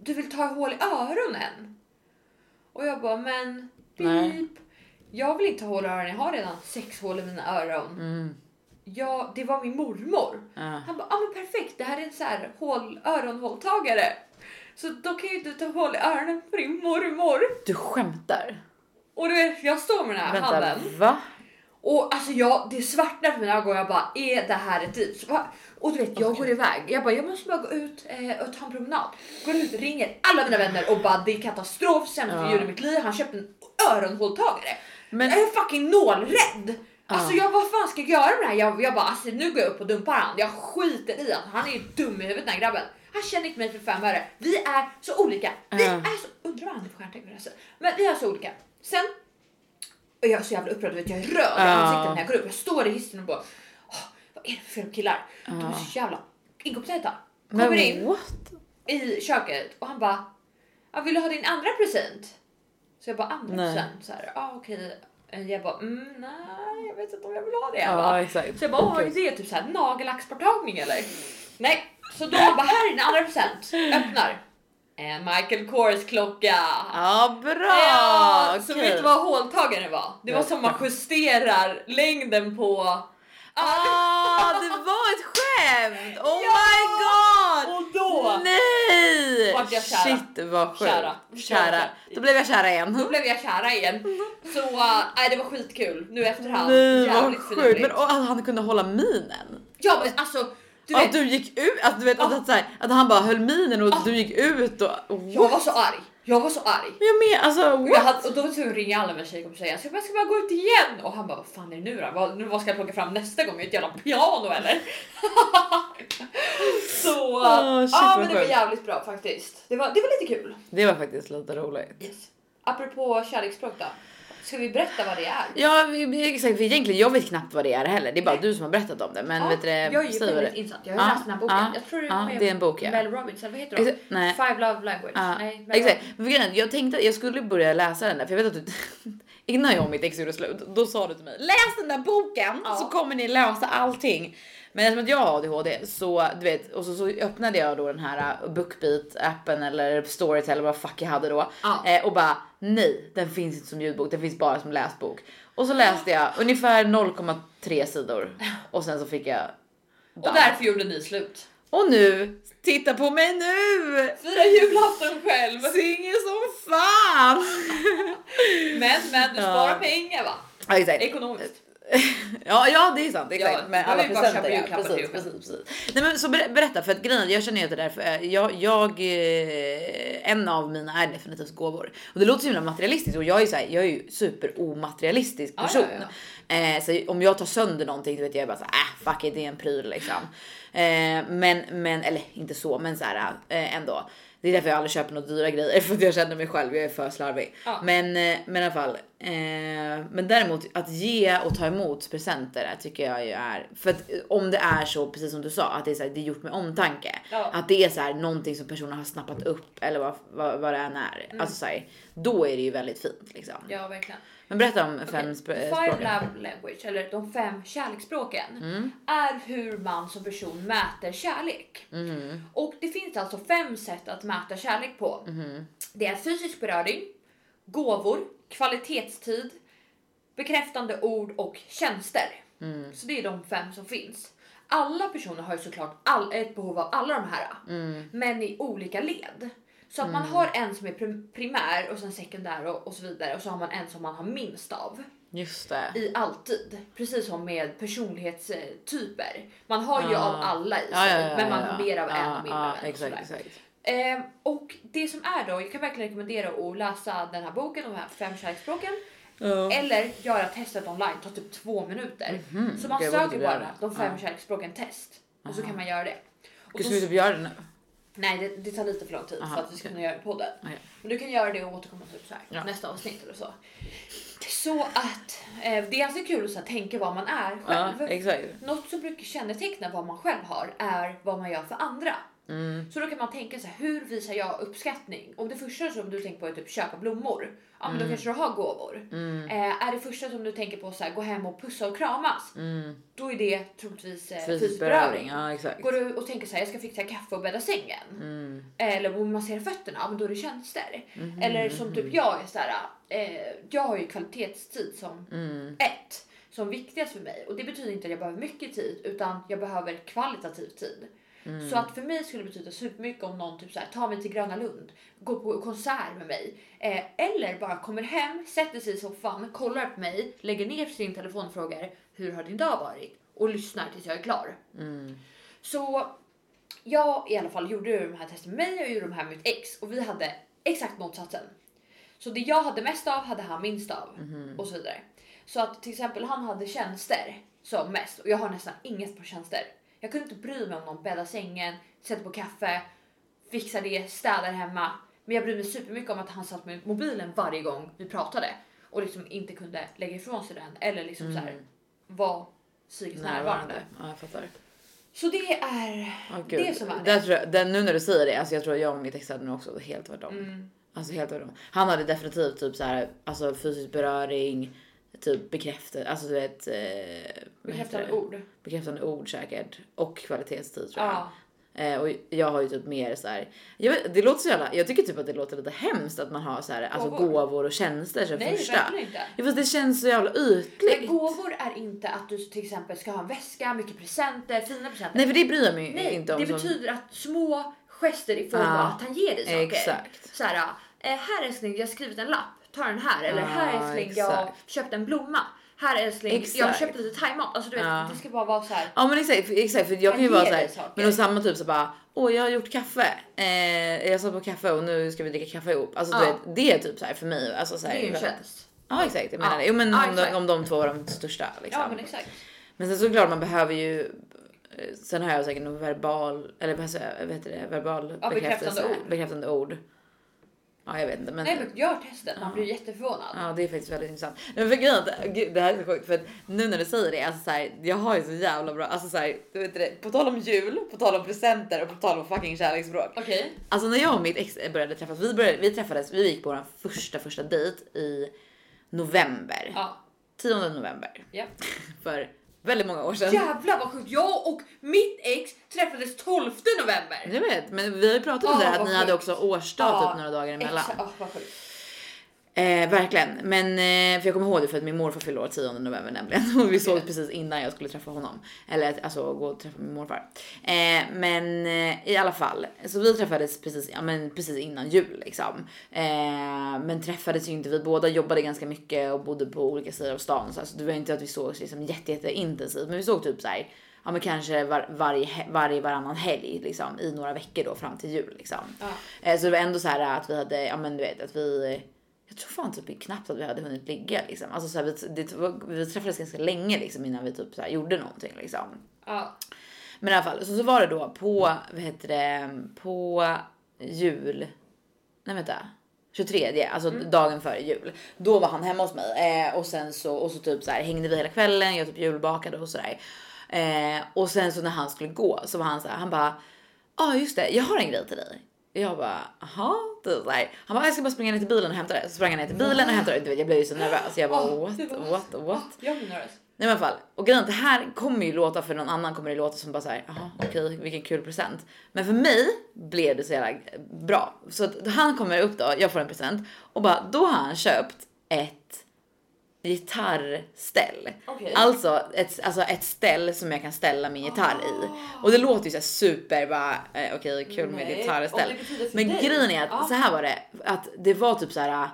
S2: du vill ta hål i öronen. Och jag bara, men
S1: Nej.
S2: pip. Jag vill inte ha hål i öronen, jag har redan sex hål i mina öron.
S1: Mm,
S2: Ja, det var min mormor.
S1: ja.
S2: Han bara, ja men perfekt, det här är en så här hål, öronhålltagare. Så då kan ju du ta hål i öronen på din mormor.
S1: Du skämtar?
S2: Och du vet, jag står med den här
S1: Vänta,
S2: handen.
S1: va?
S2: Och alltså jag, det svartnar för mina ögon och jag bara är det här ett dit? Och du vet jag går iväg. Jag bara jag måste bara gå ut eh, och ta en promenad. Går ut, ringer alla mina vänner och bara det är katastrof, sämsta
S1: Ja.
S2: jul i mitt liv. Han köpte en öronhålltagare.
S1: Men-
S2: Jag är fucking nålrädd. Alltså jag vad fan ska jag göra med det här? Jag, jag bara alltså, nu går jag upp och dumpar han. Jag skiter i han. Han är ju dum i huvudet den här grabben. Han känner inte mig för fem öre. Vi är så olika. Vi
S1: Ja.
S2: är så, undrar vad han är för stjärntecken förresten. alltså. Men vi är så olika. Sen och jag är så jävla upprörd, du vet, jag är röd i
S1: Ja.
S2: ansiktet när jag går upp. Jag står i hissen och bara "Åh, vad är det för fel med killar? De är så jävla inkompetenta. Kommer
S1: Men
S2: in
S1: what?
S2: i köket och han bara, "Ja, vill du ha din andra present? Så jag bara andra
S1: Nej.
S2: present? Så här, ah, okej. Jag bara mm, nej, jag vet inte om jag vill ha det. va?
S1: Ja, exakt.
S2: Så jag bara, "Åh, vad är det? Typ såhär nagellacksborttagning eller? Nej, så då bara, här är den 2 procent. Öppnar. En Michael Kors klocka.
S1: Ja, bra!
S2: Ja, Så
S1: Ah, Okej.
S2: vet du vad håltagaren var? Det var
S1: Ja.
S2: som man justerar längden på...
S1: Ah, det var ett skämt! Oh
S2: Ja!
S1: my god!
S2: Och då
S1: Nej!
S2: Vart jag kära.
S1: Shit vad sjukt.
S2: Kära.
S1: Kära. Då blev jag kära igen.
S2: blev jag kära igen. Så äh, nej, det var skitkul nu efterhand.
S1: Nej vad
S2: Jävligt
S1: sjukt.
S2: finurligt.
S1: Men och att han kunde hålla minen.
S2: Ja men alltså, du
S1: att
S2: vet,
S1: du gick ut, att du vet att, att, så här, att han bara höll minen och du gick ut och...
S2: jag
S1: What?
S2: var så arg. Jag var så arg.
S1: Jag med, alltså
S2: Och, jag
S1: what?
S2: hade, och då var jag tvungen att ringa alla mina tjejkompisar igen. Så jag bara, ska bara gå ut igen? Och han bara, vad fan är det nu då? Vad, nu, vad ska jag plocka fram nästa gång? Ett jävla piano eller? så äh,
S1: Åh, shit,
S2: ja,
S1: vad
S2: men det var
S1: skönt.
S2: jävligt bra faktiskt. Det var, det var lite kul.
S1: Det var faktiskt lite roligt.
S2: Yes. Apropå kärleksspråk då. Ska vi berätta vad det är?
S1: Ja vi- vi- exakt, för egentligen jag vet knappt vad det är heller. Det är bara
S2: Nej.
S1: du som har berättat om det. Men
S2: Ja,
S1: vet du, det-
S2: jag är ju
S1: säg vad det-
S2: väldigt insatt. Jag har
S1: Ja,
S2: läst den här boken.
S1: ja,
S2: jag tror det,
S1: ja,
S2: med
S1: det är en bok, ja.
S2: Mel Robinson, vad heter hon?
S1: Exakt, nej.
S2: Five Love Language.
S1: Ja,
S2: Nej, Mel
S1: exakt. Men grejen är att Jag tänkte att jag skulle börja läsa den där för jag vet att du innan jag och mitt ex gjorde slut då sa du till mig läs den där boken
S2: Ja.
S1: så kommer ni lösa allting. Men eftersom att jag har ADHD så du vet och så, så öppnade jag då den här uh, Bookbeat appen eller Storytel eller vad fuck jag hade då
S2: Ja.
S1: eh, och bara nej den finns inte som ljudbok den finns bara som läsbok. Och så läste jag ungefär 0,3 sidor och sen så fick jag
S2: Och därför gjorde ni slut.
S1: och nu titta på mig nu!
S2: Fira julafton själv.
S1: Singel som fan!
S2: Men, men du
S1: Ja.
S2: sparar pengar va?
S1: Ja, exakt.
S2: Ekonomiskt.
S1: Ja, ja, det är sant. Exakt.
S2: Ja,
S1: med
S2: då
S1: alla
S2: är det bara att köpa
S1: presenter. Ja,
S2: julklappar
S1: precis,
S2: till
S1: precis, precis. Nej, men så ber- berätta för att grejen, jag känner ju att det där för eh, jag, jag eh, en av mina är definitivt gåvor och det låter så himla materialistiskt och jag är ju så här, jag är ju super omaterialistisk
S2: Ja,
S1: person.
S2: ja,
S1: Eh, så om jag tar sönder någonting, du vet jag är bara så här, äh, fuck it, det är en pryl liksom. Eh, men, men eller inte så, men så här eh, ändå. Det är därför jag aldrig köper några dyra grejer för att jag känner mig själv. Jag är för slarvig,
S2: Ja.
S1: men, eh, men i alla fall. Eh, men däremot att ge och ta emot presenter eh, tycker jag ju är för att eh, om det är så, precis som du sa, att det är så här, det är gjort med omtanke,
S2: Ja.
S1: att det är så här någonting som personen har snappat upp eller vad, vad, vad det än är. Alltså så här, då är det ju väldigt fint liksom.
S2: Mm. Ja verkligen.
S1: Men berätta om fem
S2: Okej,
S1: sp-
S2: the
S1: eh,
S2: Five
S1: språken. Mm.
S2: love language, eller de fem kärleksspråken, är hur man som person mäter kärlek.
S1: Mm.
S2: Och det finns alltså fem sätt att mäta kärlek på.
S1: Mm.
S2: Det är fysisk beröring, gåvor, kvalitetstid, bekräftande ord och tjänster.
S1: Mm.
S2: Så det är de fem som finns. Alla personer har ju såklart all, ett behov av alla de här,
S1: Mm.
S2: men i olika led. Så att man har en som är prim- primär och sen sekundär och, och så vidare och så har man en som man har minst av
S1: Just det.
S2: i alltid. Precis som med personlighetstyper. Man har ju
S1: Ah.
S2: av alla i sig,
S1: Ja, ja, ja,
S2: men man
S1: ja,
S2: har
S1: ja.
S2: mer av en
S1: Ja,
S2: och mindre
S1: ja,
S2: av en. och
S1: Exakt,
S2: sådär.
S1: exakt.
S2: Ehm, och det som är då, jag kan verkligen rekommendera att läsa den här boken, de här fem kärleksspråken.
S1: Mm.
S2: Eller göra testet online, ta typ två minuter. Så man
S1: Okej, jag borde
S2: söker
S1: typ göra
S2: bara
S1: det.
S2: de fem
S1: Ja.
S2: kärleksspråken test och så kan man göra det. Och
S1: Gud,
S2: då,
S1: ska vi typ göra det nu?
S2: nej, det, det tar lite för lång tid
S1: Aha,
S2: för att vi ska
S1: okej.
S2: kunna göra det på podden.
S1: Okej.
S2: Men du kan göra det och återkomma typ så här,
S1: Ja.
S2: nästa avsnitt eller så. Så att eh, det är alltid kul att så här, tänka vad man är
S1: Ja,
S2: själv.
S1: exakt.
S2: Något som brukar känneteckna vad man själv har är vad man gör för andra.
S1: Mm.
S2: Så då kan man tänka så här, hur visar jag uppskattning? Om det första som du tänker på är typ köpa blommor, ja men då
S1: Mm.
S2: kanske du har gåvor. Eh, är det första som du tänker på så här, gå hem och pussa och kramas, då är det troligtvis eh,
S1: Fysisk beröring, Mm. ja exakt.
S2: Går du och tänker så här, jag ska fixa kaffe och bädda sängen. Eller om man ser fötterna, ja, men då är det tjänster. Eller som typ jag är så här, eh, jag har ju kvalitetstid som ett som viktigast för mig och det betyder inte att jag behöver mycket tid utan jag behöver kvalitativ tid. Så att för mig skulle det betyda supermycket om någon typ så här, tar mig till Gröna Lund, går på konsert med mig eh, eller bara kommer hem, sätter sig i soffan, kollar på mig, lägger ner sin telefon och frågar hur har din dag varit och lyssnar tills jag är klar. Så jag i alla fall gjorde ju de här testen med mig och gjorde de här med mitt ex och vi hade exakt motsatsen. Så det jag hade mest av hade han minst av och så vidare. Så att till exempel han hade tjänster som mest och jag har nästan inget på tjänster. Jag kunde inte bry mig om någon bäddar sängen, sätter på kaffe, fixar det, städar hemma. Men jag bryr mig supermycket om att han satt med mobilen varje gång vi pratade och liksom inte kunde lägga ifrån sig den eller liksom så
S1: Mm.
S2: här vara psykiskt närvarande.
S1: Ja, jag fattar.
S2: Så det är
S1: Åh, gud.
S2: det som är det.
S1: Där tror jag, den, nu när du säger det, alltså jag tror jag och mitt ex hade nog också helt
S2: Mm.
S1: tvärtom. Alltså helt tvärtom. Han hade definitivt typ så här, alltså fysisk beröring, typ bekräftande, alltså du vet. Eh, vad heter
S2: Bekräftande
S1: det?
S2: ord.
S1: bekräftande ord säkert. Och kvalitetstid tror jag.
S2: Ja.
S1: Eh, och jag har ju typ mer så här. Jag, vet, det låter så jävla, jag tycker typ att det låter lite hemskt att man har så här, alltså
S2: Gåvor.
S1: gåvor och tjänster som
S2: Nej,
S1: första.
S2: verkligen inte.
S1: Ja, fast det känns så jävla
S2: Men
S1: ytligt.
S2: gåvor är inte att du till exempel ska ha en väska, mycket presenter, fina presenter.
S1: Nej för det bryr jag mig
S2: Nej,
S1: inte om.
S2: det
S1: som-
S2: betyder att små gester i form
S1: Ja,
S2: av att han ger dig saker.
S1: exakt.
S2: Så här, eh, här älskling, jag har skrivit en lapp. Ta den här. Eller
S1: Ja,
S2: här älskling, jag
S1: exakt.
S2: köpte en blomma. Här älskling, jag
S1: Exakt.
S2: köpte lite thaimat. Alltså du vet,
S1: Ja.
S2: det ska bara vara så här.
S1: Ja men exakt, exakt för jag
S2: Jag
S1: kan ju
S2: ger
S1: vara
S2: dig
S1: såhär,
S2: saker.
S1: men och samma typ så bara åh jag har gjort kaffe, eh, jag satt på kaffe och nu ska vi dricka kaffe ihop. Alltså du
S2: Ja.
S1: vet, det är typ såhär för mig. Alltså, så
S2: Det
S1: här,
S2: är ju en tjänst.
S1: Ja exakt, jag menar
S2: Ja.
S1: det. Jo men
S2: Ja,
S1: om, de,
S2: exakt.
S1: om de två var de största. Liksom.
S2: Ja men exakt.
S1: Men sen såklart man behöver ju eh, Sen har jag säkert någon verbal eller vad säger jag, vad heter det? Verbal
S2: Ja, bekräftande ord.
S1: Bekräftande ord. Ja, jag vet inte, men,
S2: Nej men gör testet, man blir jätteförvånad.
S1: ja, det är faktiskt väldigt intressant. Men för grejen, är att- eh, gud, det här är så sjukt för att nu när du säger det, alltså så här, jag har ju så jävla bra, alltså så här, du vet det, på tal om jul, på tal om presenter och på tal om fucking kärleksspråk.
S2: Okej.
S1: Alltså när jag och mitt ex började träffas, vi, började, vi träffades, vi gick på vår första första dejt i november.
S2: Ja.
S1: 10 november.
S2: Ja.
S1: För väldigt många år sedan.
S2: Jävlar vad sjukt! Jag och mitt ex träffades 12 november.
S1: Jag vet, men vi har ju pratat om
S2: Ja,
S1: det här att
S2: vad
S1: ni hade
S2: sjukt.
S1: också årsdag
S2: Ja,
S1: typ några dagar emellan.
S2: Exakt, oh, vad sjukt.
S1: Eh, verkligen, men eh, för jag kommer ihåg det för att min morfar fyllde år 10 november nämligen och vi såg precis innan jag skulle träffa honom eller att- alltså gå och träffa min morfar. Eh, men eh, i alla fall så vi träffades precis, ja, men precis innan jul liksom. Eh, men träffades ju inte. Vi båda jobbade ganska mycket och bodde på olika sidor av stan så alltså, det var inte att vi sågs liksom jätte, jätte intensivt, men vi såg typ så här. Ja, men kanske var, varje, he- varje varannan helg liksom i några veckor då fram till jul liksom.
S2: Ah,
S1: Eh, så det var ändå så här att vi hade, ja, men du vet att vi jag tror fan typ knappt att vi hade hunnit ligga liksom. Alltså så här, vi, det, var- vi träffades ganska länge liksom innan vi typ så här, gjorde någonting liksom.
S2: Ja.
S1: Men i alla fall så, så var det då på, vad heter det, på jul, nej vänta. 23, alltså
S2: Mm.
S1: dagen före jul. Då var han hemma hos mig eh, och sen så och så typ så här hängde vi hela kvällen. Jag typ julbakade och så där. Eh, och sen så när han skulle gå så var han så här. Han bara ja, ah, just det. Jag har en grej till dig. Jag bara aha. Typ så här. Han bara jag ska bara springa ner till bilen och hämta det. Så sprang han ner till bilen och hämtade det. Du vet, Jag blev ju så nervös. Jag bara
S2: Åh,
S1: what,
S2: det var-
S1: what, what?
S2: Jag blir nervös.
S1: Nej men i alla fall. Och grejen är att det här kommer ju låta för någon annan kommer det låta som bara så här, jaha okej vilken kul present. Men för mig blev det så jävla bra. Så att han kommer upp då, jag får en present och bara då har han köpt ett gitarrställ.
S2: Okej.
S1: Alltså, ett, alltså ett ställ som jag kan ställa min gitarr i. Och det låter ju så här super bara eh, okej kul med
S2: Ah. Nej,
S1: gitarrställ.
S2: och det betyder för
S1: Men
S2: dig. Ah,
S1: grejen är att
S2: Ja.
S1: så här var det att det var typ så här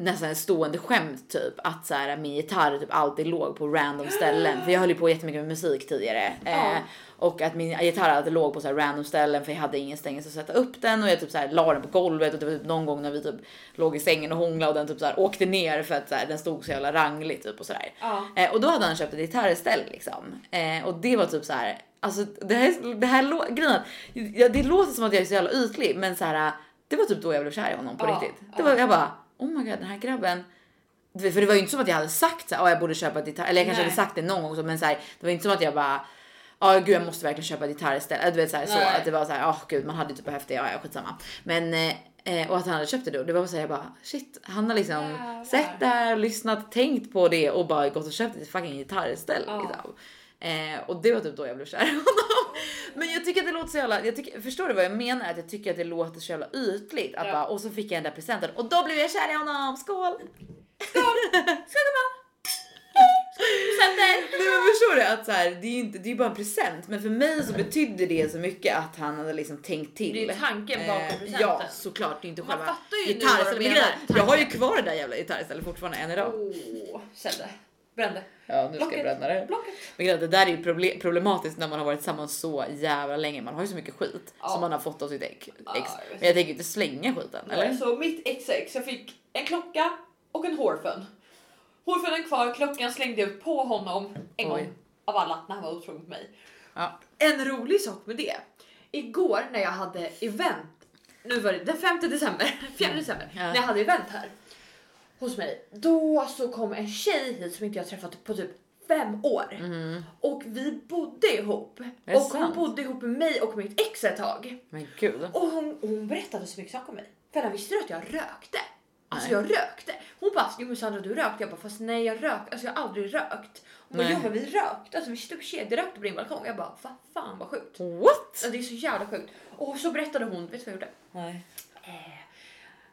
S1: nästan ett stående skämt typ att så här, min gitarr typ alltid låg på random ställen för jag höll ju på jättemycket med musik tidigare eh, och att min gitarr alltid låg på så här random ställen för jag hade ingen stängelse att sätta upp den och jag typ så här la den på golvet och det var typ någon gång när vi typ låg i sängen och hånglade och den typ så här åkte ner för att så här, den stod så jävla ranglig typ och sådär.
S2: Ja.
S1: Eh, och då hade han köpt ett gitarrställ liksom eh, och det var typ så här alltså det här, det här lå- grejen är att- ja, det låter som att jag är så jävla ytlig men så här det var typ då jag blev kär i honom på
S2: Ja,
S1: riktigt. Det
S2: ja.
S1: var, jag bara oh my god den här grabben du vet, för det var ju inte som att jag hade sagt såhär, "Åh, jag borde köpa ett gitarr, eller jag kanske
S2: Nej.
S1: hade sagt det någon gång, så, men såhär, det var inte som att jag bara, ja gud jag måste verkligen köpa ett gitarrställ. Äh, Du vet såhär, så,
S2: Nej.
S1: att det var såhär, ja gud man hade ju typ behövt det, ja ja, skitsamma. Men, eh, eh, och att han hade köpt det då, det var såhär jag bara shit, han har liksom
S2: Jävlar.
S1: sett det här, lyssnat, tänkt på det och bara gått och köpt ett fucking gitarrställ.
S2: Ja.
S1: Liksom. Eh, och det var typ då jag blev kär i honom. Men jag tycker att det låter så jävla, jag tycker, förstår du vad jag menar? Att jag tycker att det låter så jävla ytligt. Att
S2: Ja.
S1: bara, och så fick jag den där presenten och då blev jag kär i honom, skål! Nej men förstår du att så här, det är ju inte, det är ju bara en present men för mig så betydde det så mycket att han hade liksom tänkt till.
S2: Det är ju tanken bakom
S1: Eh,
S2: presenten.
S1: Ja såklart, det är inte
S2: Man
S1: själva
S2: fattar ju nu vad
S1: gitarrstället.
S2: de
S1: Men
S2: menar. Oh.
S1: grejen är, Jag har ju kvar det där jävla gitarrstället fortfarande än idag.
S2: Åh, kände. Brände.
S1: Ja nu ska jag
S2: Blocket.
S1: bränna det.
S2: Blocket.
S1: Men grejen är att det där är ju proble- problematiskt när man har varit tillsammans så jävla länge. Man har ju så mycket skit
S2: Ja.
S1: som man har fått av sitt ex.
S2: Ja, jag vet
S1: Men jag tänker ju inte slänga skiten eller?
S2: Så mitt ex ex, jag fick en klocka och en hårfön. Hårfönen kvar, klockan slängde jag på honom en
S1: Oj.
S2: gång av alla när han var otrogen mot mig.
S1: Ja.
S2: En rolig sak med det. Igår när jag hade event, nu var det den 5 december, 4 december,
S1: Mm. Ja.
S2: när jag hade event här hos mig. Då så kom en tjej hit som inte jag träffat på typ fem år och vi bodde ihop
S1: Är Mm. det
S2: och hon
S1: sant?
S2: bodde ihop med mig och mitt ex ett tag.
S1: Men gud.
S2: Och hon, hon berättade så mycket saker om mig. För han visste ju att jag rökte. Alltså jag rökte. Hon bara, jo men Sandra du rökte. Jag bara, fast nej jag rökt. Alltså jag har aldrig rökt. Hon bara,
S1: Nej.
S2: jo men vi rökt. Alltså vi stod kedjerökte på din balkong. Jag bara, vad fan vad sjukt.
S1: What?
S2: Alltså, det är så jävla sjukt. Och så berättade hon, vet du vad jag gjorde?
S1: Nej.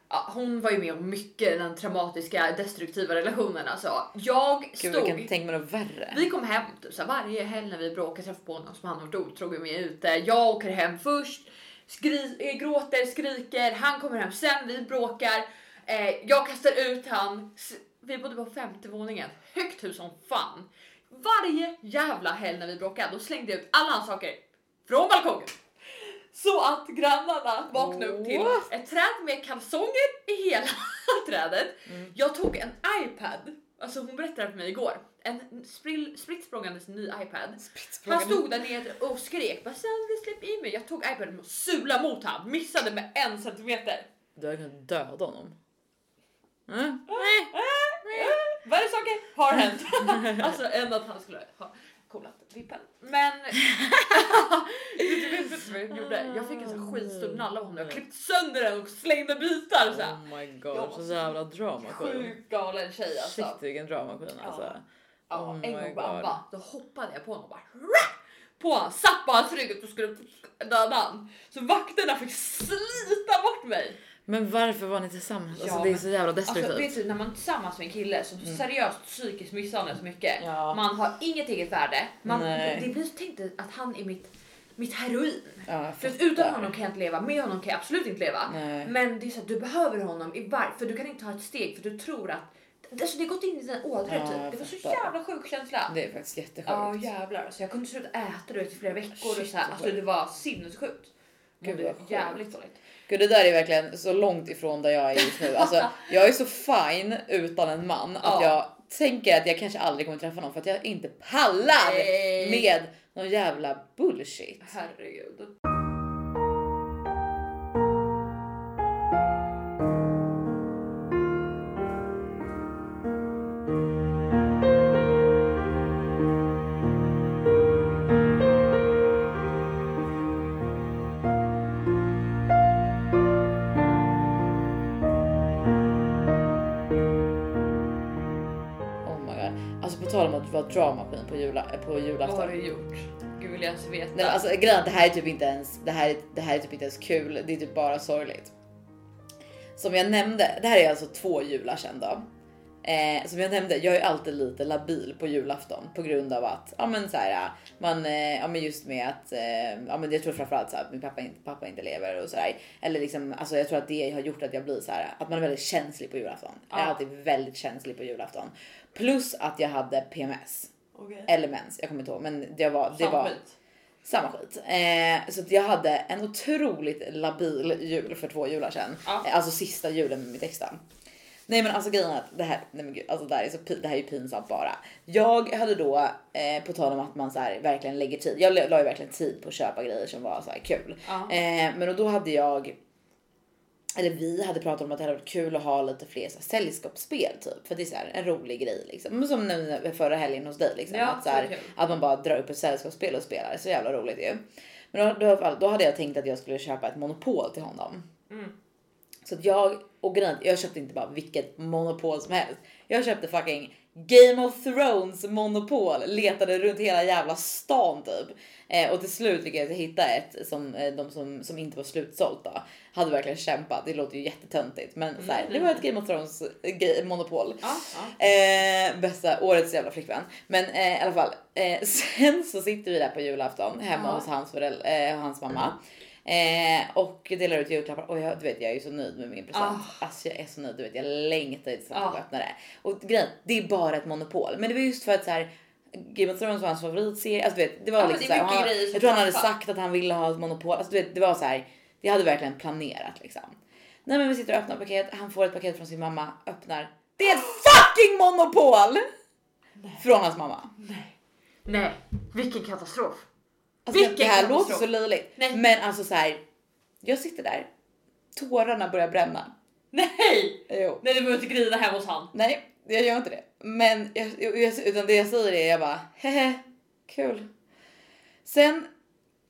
S2: Ja, hon var ju med om mycket den traumatiska destruktiva relationen alltså. Jag
S1: Gud, jag
S2: stod...
S1: kan tänka mig något värre.
S2: Vi kom hem typ, såhär, varje helg när vi bråkade träffade på någon som han har varit otrogen med ute. Jag åker hem först, skri eh, gråter, skriker, han kommer hem sen, vi bråkar. Eh, jag kastar ut han. S- Vi bodde på femte våningen, högt hus som fan. Varje jävla helg när vi bråkade då slängde jag ut alla hans saker från balkongen. Så att grannarna vaknade upp till
S1: What?
S2: ett träd med kalsonger i hela trädet. Jag tog en iPad, alltså hon berättade för mig igår, en sprill- spritt språngandes ny iPad. Han stod där nere och skrek bara Sandra släpp i mig. Jag tog iPaden och sula mot han, missade med en centimeter.
S1: Du hade kunnat döda honom. Mm.
S2: Värre saker har hänt. alltså än att han skulle ha kollat vippen. Men vet du vet vad jag gjorde? Jag fick en sån här skitstor nalle av honom. Jag klippte sönder den och slängde bitar så här.
S1: Oh my
S2: Alltså, Jag
S1: god,
S2: var
S1: så
S2: så
S1: jävla
S2: Oh
S1: dramaqueen.
S2: Sjukt galen tjej alltså.
S1: Shit vilken dramaqueen alltså.
S2: Ja,
S1: Oh
S2: en
S1: my
S2: gång på
S1: God.
S2: ABBA, då hoppade jag på honom och bara rah! på honom, satt på hans rygg och skulle döda han. Så vakterna fick slita bort mig.
S1: Men varför var ni tillsammans?
S2: Ja,
S1: Alltså det är
S2: men-
S1: så jävla
S2: Alltså
S1: destruktivt.
S2: vet du när man är tillsammans med en kille som seriöst psykiskt misshandlar så mycket.
S1: Ja.
S2: Man har inget eget värde. Man,
S1: Nej.
S2: det blir så tänkt att han är mitt, mitt heroin.
S1: Ja, jag
S2: För att
S1: fattar.
S2: utan honom kan jag inte leva, med honom kan jag absolut inte leva.
S1: Nej.
S2: Men det är så att du behöver honom i varje, för du kan inte ta ett steg för du tror att alltså, det har gått in i dina ådror
S1: Ja,
S2: typ.
S1: jag
S2: Det var så
S1: fattar.
S2: jävla sjuk känsla.
S1: Det är faktiskt jättesjukt.
S2: Ja jävlar, så jag kunde sluta äta du vet, i flera veckor och
S1: Shit,
S2: så här.
S1: vad
S2: Alltså det var sinnessjukt.
S1: Gud,
S2: Mådde
S1: vad sjukt.
S2: jävligt dåligt.
S1: Gud, det där är verkligen så långt ifrån där jag är just nu. Alltså, jag är så fin utan en man att
S2: Ja.
S1: jag tänker att jag kanske aldrig kommer träffa någon för att jag inte pallar
S2: Nej.
S1: med någon jävla bullshit.
S2: Herregud.
S1: Oh my god. Alltså på tal om att vara drama queen på, jula, på
S2: Vad har
S1: julafton.
S2: du gjort? Gud vill jag ens veta.
S1: Nej, men alltså, grejen är att det här är typ inte ens, det här, är- det här är typ inte ens kul, det är typ bara sorgligt. Som jag nämnde, det här är alltså två jular sedan då. Eh, som jag nämnde, jag är alltid lite labil på julafton på grund av att, ja men så här, man, eh, ja men just med att, eh, ja men jag tror framförallt så här, att min pappa, inte- pappa inte lever och sådär. Eller liksom, alltså jag tror att det har gjort att jag blir så här, att man är väldigt känslig på julafton. Jag är
S2: Ja.
S1: alltid väldigt känslig på julafton. Plus att jag hade PMS. Eller mens, jag kommer inte ihåg men det var, det
S2: Samma
S1: var
S2: skit.
S1: samma skit. Eh, så att jag hade en otroligt labil jul för två jular sedan.
S2: Ja.
S1: Eh, Alltså sista julen med mitt extra. Nej men alltså grejen är att det här, nej men gud, alltså det här, är så, pi- det här är ju pinsamt bara. Jag hade då, eh, på tal om att man så här verkligen lägger tid, jag la la ju verkligen tid på att köpa grejer som var så här kul.
S2: Ja.
S1: Eh, men och då hade jag, eller vi hade pratat om att det hade varit kul att ha lite fler så här, sällskapsspel typ. För det är så här, en rolig grej liksom. Men Som nu förra helgen hos dig liksom.
S2: Ja,
S1: att, så här,
S2: så kul.
S1: att man bara drar upp ett sällskapsspel och spelar. Så jävla roligt ju. Men då, då, i alla fall, då hade jag tänkt att jag skulle köpa ett monopol till honom. Så att jag, och grejen, jag köpte inte bara vilket monopol som helst. Jag köpte fucking Game of Thrones monopol, letade runt hela jävla stan typ. Eh, och till slut lyckades jag hitta ett som eh, de som, som inte var slutsålt då hade verkligen kämpat. Det låter ju jättetöntigt men så här, det var ett Game of Thrones eh, ge- monopol.
S2: Ja,
S1: Eh, bästa årets jävla flickvän. Men eh, i alla fall, eh, sen så sitter vi där på julafton hemma
S2: Ja.
S1: hos hans, föräld- eh, hans mamma. Eh, och delar ut julklappar och jag, du vet jag är ju så nöjd med min present. Alltså jag är så nöjd, du vet jag längtar tills han ska
S2: Ah.
S1: öppna det. Och grejen, det är bara ett monopol. Men det var just för att så här, Game of Thrones var hans favoritserie. Alltså du vet, det var
S2: Ja, men
S1: liksom
S2: det är
S1: så här,
S2: mycket
S1: och han,
S2: grejer som
S1: Jag tror han hade
S2: klaffar.
S1: sagt att han ville ha ett monopol. Alltså du vet, det var så här, det hade verkligen planerat liksom. Nej men vi sitter och öppnar paket, han får ett paket från sin mamma, öppnar. Det är ett
S2: Ah!
S1: fucking monopol! Från hans mamma.
S2: Nej, vilken katastrof.
S1: Alltså, det-
S2: Vilken
S1: det här
S2: katastrof.
S1: låter så löjligt.
S2: Nej.
S1: Men alltså så här. jag sitter där, tårarna börjar bränna.
S2: Nej!
S1: Jo.
S2: Nej du behöver inte grina hemma hos han.
S1: Nej, jag gör inte det. Men jag, jag, jag- utan det jag säger är jag bara hehe, kul. Sen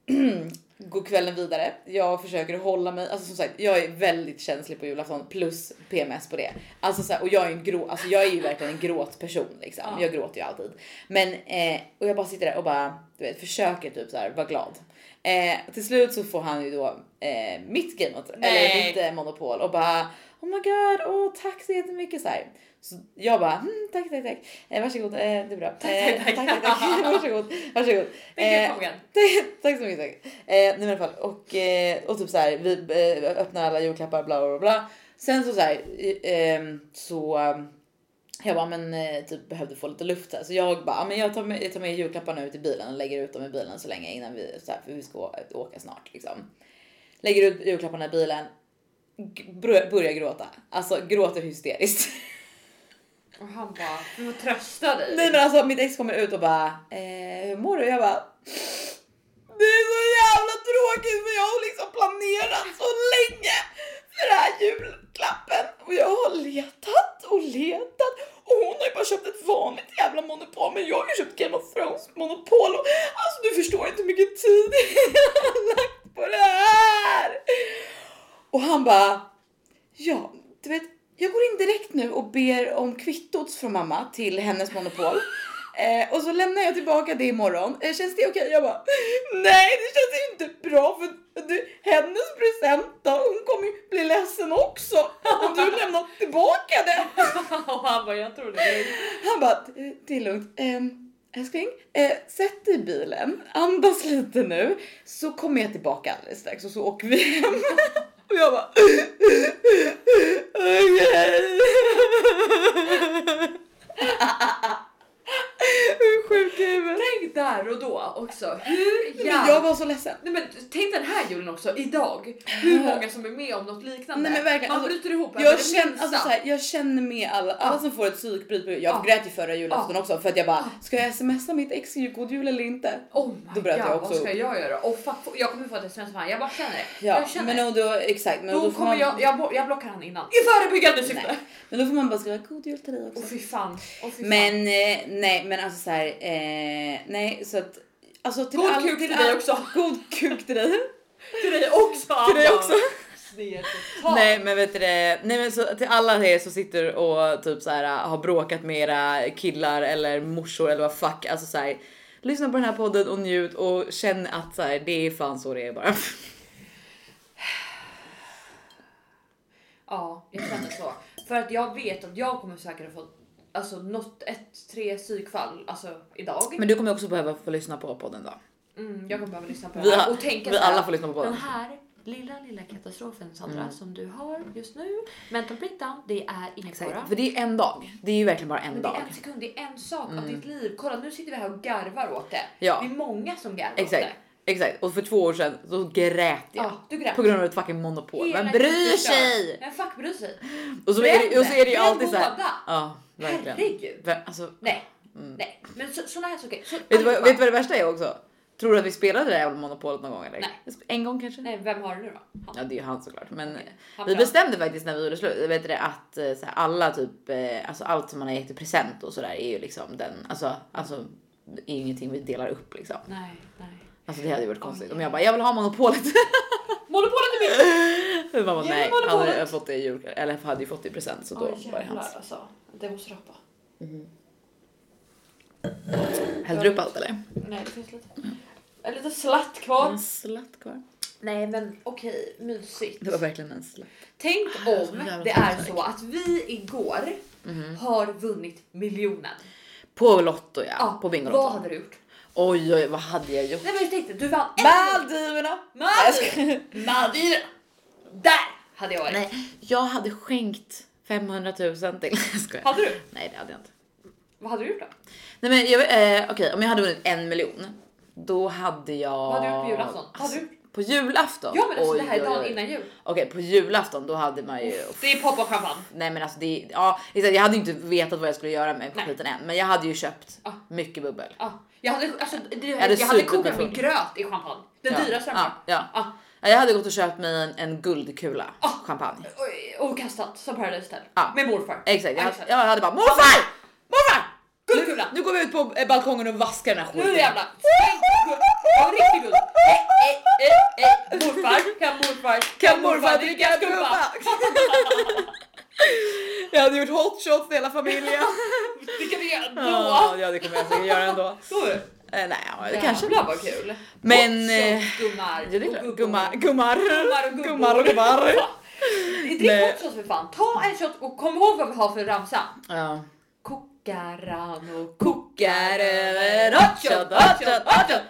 S1: går kvällen vidare. Jag försöker hålla mig, alltså som sagt jag är väldigt känslig på julafton plus PMS på det. Alltså så här, och jag är, en grå, alltså jag är ju verkligen en gråtperson liksom.
S2: Ja.
S1: Jag gråter ju alltid. Men, eh, och jag bara sitter där och bara du vet, försöker typ så här, vara glad. Eh, till slut så får han ju då eh, mitt gameout, eller
S2: Nej.
S1: mitt eh, monopol och bara Oh my god, åh tack så jättemycket så här. Så jag bara mm, tack tack tack, eh, varsågod, eh, det är bra. Eh,
S2: tack, tack.
S1: tack, tack. varsågod, varsågod.
S2: Vilken
S1: Eh,
S2: fråga?
S1: Tack- tack så mycket. Tack. Eh, nej, men i alla fall. Och, eh, och typ så här, vi eh, öppnar alla julklappar, bla bla bla. Sen så så här, eh, ehm, så eh, jag bara, men eh, typ behövde få lite luft här. Så jag bara, ja, men jag tar med, jag tar med julklapparna ut i bilen och lägger ut dem i bilen så länge innan vi, så här, för vi ska å- åka snart liksom. Lägger ut julklapparna i bilen, g- bör- börjar gråta. Alltså gråter hysteriskt.
S2: Och han bara, du får trösta dig.
S1: Nej men alltså mitt ex kommer ut och bara eh, hur mår du? Jag bara det är så jävla tråkigt för jag har liksom planerat så länge för den här julklappen och jag har letat och letat och hon har ju bara köpt ett vanligt jävla monopol men jag har ju köpt Game of Thrones monopol och alltså du förstår inte hur mycket tid jag har lagt på det här. Och han bara Ja, du vet, jag går in direkt nu och ber om kvittot från mamma till hennes monopol. Eh, och så lämnar jag tillbaka det imorgon. Eh, känns det okej? Jag bara, nej det känns ju inte bra för du, hennes present då, hon kommer ju bli ledsen också om du lämnar tillbaka det.
S2: Och han bara, jag tror det. är lugnt."
S1: Han bara, "Det- det är lugnt. Ehm, älskling, eh, sätt dig i bilen, andas lite nu, så kommer jag tillbaka alldeles strax och så åker vi hem. Och jag bara, okej. Hur sjuk är jag?
S2: Tänk där och då också. Hur
S1: Men jag
S2: jävla...
S1: var så ledsen.
S2: Nej men tänk den här julen också, idag. Hur många som är med om något liknande.
S1: Nej, men verkligen,
S2: Man
S1: alltså,
S2: bryter ihop över
S1: Jag
S2: det
S1: känner,
S2: minsta.
S1: alltså, så här, jag känner med alla, alla som får ett psykbryt. på jul. Jag
S2: Ja.
S1: grät ju förra julafton
S2: Ja.
S1: också för att jag bara, ska jag smsa mitt ex god jul eller inte?
S2: Oh my
S1: Då bröt
S2: god,
S1: jag också
S2: vad ska
S1: upp.
S2: jag göra? Och fuck, jag kommer få ett sms från honom. Jag bara känner det.
S1: Ja,
S2: jag känner
S1: men
S2: det.
S1: och då, exakt. Men och
S2: Då,
S1: då får
S2: kommer
S1: man,
S2: jag, jag, bo- jag blockar han innan. I förebyggande syfte!
S1: Men då får man bara skriva god jul till dig också.
S2: Åh fy fan. Åh, fy fan.
S1: Men eh, nej, men alltså så här, eh, nej så att alltså till
S2: God
S1: all-
S2: kuk till dig
S1: all-
S2: också.
S1: God kuk till dig.
S2: till dig också!
S1: Till dig
S2: Anna.
S1: också.
S2: Det är totalt.
S5: Nej men vet du det, nej men så, till alla er som sitter och typ så här, har bråkat med era killar eller morsor eller vad fuck, alltså så här, lyssna på den här podden och njut och känn att så här, det är fan så det är bara.
S2: Ja, jag känner så. För att jag vet att jag kommer säkert ha fått alltså, något, ett, tre psykfall alltså, idag.
S5: Men du kommer också behöva få lyssna på podden då.
S2: Mm, jag kommer behöva lyssna på
S5: Vi
S2: det här
S5: har-
S2: och tänka
S5: vi
S2: så här,
S5: alla får lyssna på Mm. podden.
S2: Den här lilla, lilla katastrofen Sandra som du har just nu. Mental breakdown, det är ingen fara.
S5: För det är en dag, det är ju verkligen bara en
S2: Men det
S5: dag. Mm.
S2: är en sekund, det är en sak av ditt liv. Kolla nu sitter vi här och garvar åt det.
S5: Ja.
S2: Det är många som garvar
S5: Exakt,
S2: åt det.
S5: exakt. Och för två år sedan så grät jag.
S2: Ja, du grät.
S5: På grund av ett fucking monopol.
S2: Hela
S5: Vem bryr
S2: tiden kör.
S5: sig?
S2: Vem fuck bryr sig?
S5: Och så är det, och så är det ju
S2: Vem?
S5: alltid så här.
S2: Båda.
S5: Ja, verkligen.
S2: Herregud.
S5: Vem, alltså,
S2: Nej, nej. Men så, såna här saker. Så,
S5: Vet du, vad,
S2: allihopa.
S5: vet du vad det värsta är också? Tror du att vi spelade det där jävla monopolet någon gång eller?
S2: Nej.
S5: En gång kanske?
S2: Nej, vem har du nu då? Han.
S5: Ja det är ju han såklart. Men
S2: Han
S5: vi
S2: pratar.
S5: bestämde faktiskt när vi gjorde slut vet du, det, att eh, så här, alla typ, eh, alltså allt som man har gett i present och sådär är ju liksom den, alltså, alltså är ju ingenting vi delar upp liksom.
S2: Nej, nej.
S5: Alltså det hade ju varit konstigt om jag bara jag vill ha monopolet.
S2: Monopolet är mitt!
S5: Man bara,
S2: Ge mig
S5: nej, han
S2: monopolet."
S5: hade ju fått det i jul, eller hade ju fått det i present så då
S2: Oj
S5: var det
S2: jävlar
S5: hans.
S2: alltså. Det måste rappa.
S5: Hällde du upp allt eller?
S2: Nej, det finns lite. En liten slatt kvar.
S5: En slatt kvar.
S2: Nej men okej, mysigt.
S5: Det var verkligen en slatt.
S2: Tänk
S5: så
S2: om
S5: jävla Mhm.
S2: det är
S5: konstigt.
S2: så att vi igår har vunnit miljonen.
S5: På Lotto ja,
S2: Ja,
S5: på
S2: Vad
S5: Bingolotto.
S2: hade du gjort?
S5: Oj oj vad hade jag gjort?
S2: Nej men jag tänkte, du vann en
S1: Maldiverna.
S2: Maldiv! Maldiv! Där hade jag varit.
S5: Nej, jag hade skänkt 500 000 till... Jag skojar.
S2: Hade du?
S5: Nej, det hade jag inte.
S2: Vad hade du gjort då?
S5: Nej, men jag, eh, okej, om jag hade vunnit en miljon, då hade jag...
S2: Vad hade du gjort på julafton? Vad
S5: Alltså,
S2: hade du gjort?
S5: på julafton?
S2: Ja men alltså det här är
S5: Oj,
S2: dagen
S5: oj, oj.
S2: innan jul.
S5: Okej, på julafton då hade man ju...
S2: Det är pop och champagne.
S5: Nej men alltså det, ja, exakt, jag hade ju inte vetat vad jag skulle göra med
S2: Nej.
S5: skiten än, men jag hade ju köpt
S2: Ja.
S5: mycket bubbel.
S2: Ja. Jag hade, alltså, det, jag
S5: hade
S2: hade,
S5: supit mig
S2: kokat
S5: full.
S2: min gröt i champagne. Den
S5: Ja,
S2: dyraste
S5: ja,
S2: champagne.
S5: ja.
S2: Ja.
S5: Ja, Jag hade gått och köpt mig en, en guldkula champagne.
S2: Och, och kastat som Paradise Hotel.
S5: Ja.
S2: Med morfar.
S5: Exakt, jag,
S2: Exakt.
S5: jag hade bara morfar! Morfar!
S2: Guldkula!
S5: Nu går vi ut på eh, balkongen och vaskar den här
S2: Nu
S5: skiten.
S2: är det jävla... Skänk guld! Ja, riktigt guld! Eh, eh, eh, eh, morfar, kan morfar,
S1: Kan morfar dricka skumpa? Jag hade gjort hot shots till hela familjen.
S2: Det kan du göra
S1: Ja,
S2: ändå.
S1: ja, det kommer jag säkert göra ändå. Eh, nej, ja, det kanske.
S2: Jävlar vad kul.
S1: Men...
S2: Hot
S1: eh,
S2: shots, gummar
S1: Ja, det är klart.
S2: och
S1: Gummar,
S2: gummor. Gummar
S1: gummar,
S2: och
S1: gummar och gubbar. Nej.
S2: Drick hot shots för fan. Ta en shot och kom ihåg vad vi har för ramsa.
S1: Ja.
S2: Kokar han och
S1: Kokar
S2: kokar
S1: över
S2: över
S1: hot shot, hot shot, hot shot.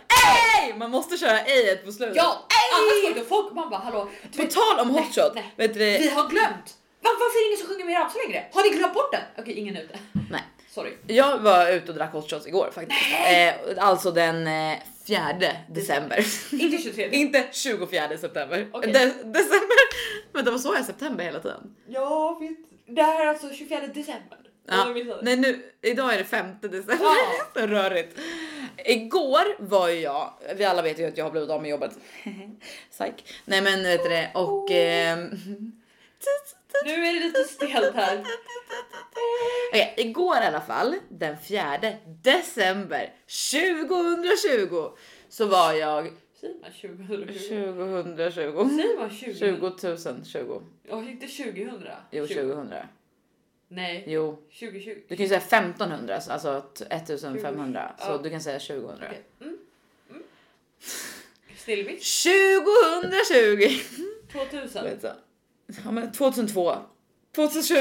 S1: Ey! Man måste köra ejet på slutet.
S2: Ja, annars går det inte folk. Man bara hallå. du
S1: På
S2: vet,
S1: tal om hot
S2: Typ-
S1: shot.
S2: nej.
S1: Vet du det?
S2: Vi har glömt. Var, varför är det ingen som sjunger min ramsa längre? Har ni glömt bort den? Okej, ingen ute.
S1: Nej.
S2: Sorry.
S1: Jag var ute och drack hot shots igår faktiskt. Eh, alltså den eh, 4 december.
S2: Inte 23.
S1: Inte 24 september.
S2: Okej.
S1: De- december. Men det var så jag september hela tiden.
S2: Ja, vet. Det här är alltså 24 december.
S1: Ja.
S2: Jag missade.
S1: Nej nu, idag är det 5 december.
S2: Ja.
S1: Så rörigt. Igår var ju jag, vi alla vet ju att jag har blivit av med jobbet. Psyk. Nej men vet du det och... ehm,
S2: Nu är det lite stelt här.
S1: Okej, igår i alla fall, den 4 december 2020 så var jag...
S2: Säger man 2020?
S1: 2020.
S2: Säger man 20?
S1: 20 020.
S2: Jag inte 2000.
S1: Jo,
S2: 20.
S1: 2000.
S2: Nej,
S1: Jo,
S2: 2020.
S1: du kan ju säga 1500, så alltså t- 1500. Så
S2: Ja.
S1: du kan säga 2000.
S2: Okej. Mm. Mm. Snillvitt.
S1: 2020!
S2: 2000.
S1: Vänta. Alltså, Ja, men 2002. 2020.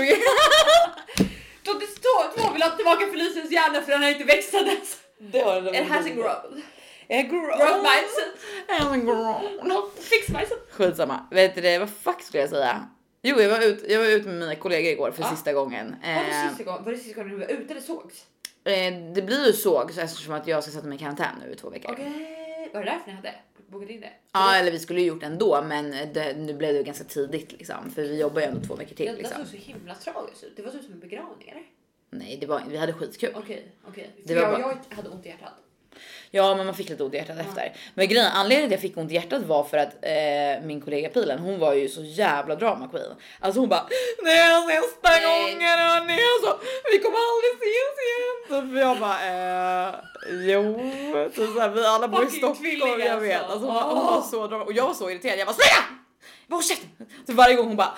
S2: 2002 vill ha tillbaka Felicias hjärna för den har inte växt sedan dess.
S1: Det har den.
S2: It hasn't grown.
S1: It grown.
S2: Grown mindset.
S1: It hasn't grown.
S2: No, fix mindset.
S1: Skitsamma. Vet du det, vad fuck skulle jag säga? Jo, jag var ute jag var ut med mina kollegor igår för
S2: Ja.
S1: sista gången.
S2: Var det
S1: Eh,
S2: sista gången- var det sista gången du var ute eller sågs?
S1: eh, det blir ju såg så eftersom att jag ska sätta mig i karantän nu i två veckor.
S2: Okej. Var det därför ni hade bokat in det?
S1: Ja, eller vi skulle ju gjort det ändå, men det, nu blev det ju ganska tidigt liksom för vi jobbar ju ändå två veckor till
S2: Det
S1: liksom.
S2: såg så himla tragiskt ut. Det var så som en begravning eller?
S1: Nej, det var vi hade skitkul.
S2: Okej, okej.
S1: Det
S2: För
S1: var
S2: jag,
S1: bara-
S2: jag hade ont i hjärtat.
S1: Ja, men man fick lite ont i hjärtat efter. Men grejen, anledningen till att jag fick ont i hjärtat var för att eh, min kollega Pilen, hon var ju så jävla drama queen. Alltså hon bara, nej sista
S2: Nej.
S1: gången hörni, alltså vi kommer aldrig ses igen. Så jag bara, eh, jo. typ Så, så här, vi alla bor i
S2: Fucking
S1: Stockholm,
S2: tvilling,
S1: jag vet.
S2: alltså.
S1: Alltså, hon, var- hon var så drama. Och jag var så irriterad, jag bara, sluta! Jag bara, Håll käften! Så varje gång hon bara,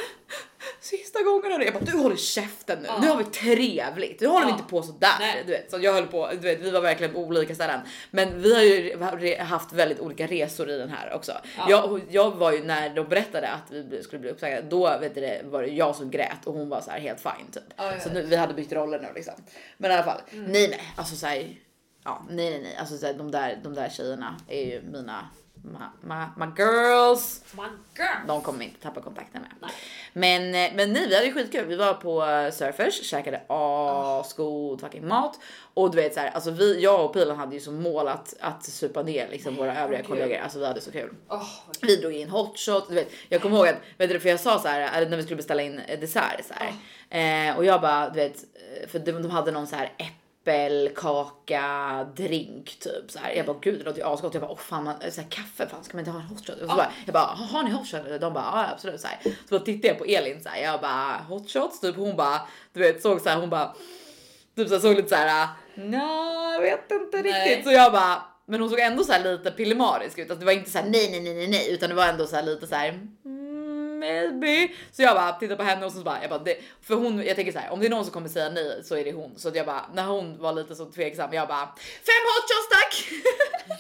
S1: sista gången hörni. Jag bara, du håller käften nu.
S2: Ja.
S1: Nu har vi trevligt, nu håller vi
S2: Ja.
S1: inte på sådär.
S2: Ah. Nej.
S1: Du vet, så jag höll på, du vet, vi var verkligen på olika ställen. Men vi har ju re- haft väldigt olika resor i den här också.
S2: Ja.
S1: Jag, jag var ju när de berättade att vi bli- skulle bli uppsagda, då vet du, det, var det jag som grät och hon var så här helt fine typ.
S2: Ja, ja, Mm.
S1: så
S2: ja.
S1: nu, vi hade bytt roller nu liksom. Men i alla fall, nej nej. Alltså så här, ja, nej nej nej. Alltså så här, de, där, de där tjejerna är ju mina ma, ma, ma girls.
S2: My girl.
S1: De kommer inte tappa kontakten med. Men, eh, men nej, vi hade ju skitkul. Vi var på eh, Surfers, käkade asgod fucking mat. Och du vet så här, alltså vi, jag och Pilen hade ju som mål att, att supa ner liksom våra övriga
S2: kul.
S1: kollegor. Alltså vi hade så kul.
S2: Åh, vad-
S1: Vi drog in hot shot, du vet. Jag kommer ihåg att, vet du, för jag sa så här eh, när vi skulle beställa in eh, dessert så här. Eh, och jag bara, du vet, eh, för de, de hade någon så här äppelkaka drink typ så här. Jag bara gud det låter ju asgott. Jag bara åh fan man, så här, kaffe fan ska man inte ha en hot shot? Och så bara, jag bara "Ha- har ni hot shot? De bara ja absolut så här. Så bara tittade jag på Elin så här. Jag bara hot shots typ hon bara du vet såg så här hon bara typ så här, såg lite så här nja jag vet inte
S2: Nej.
S1: riktigt så jag bara men hon såg ändå så här lite pillemarisk ut. Alltså det var inte så här nej, nej, nej, nej, nej, utan det var ändå så här lite så här mm, maybe. Så jag bara tittar på henne och så bara jag bara det, för hon. Jag tänker så här om det är någon som kommer säga nej så är det hon. Så att jag bara när hon var lite så tveksam jag bara fem hot shots tack.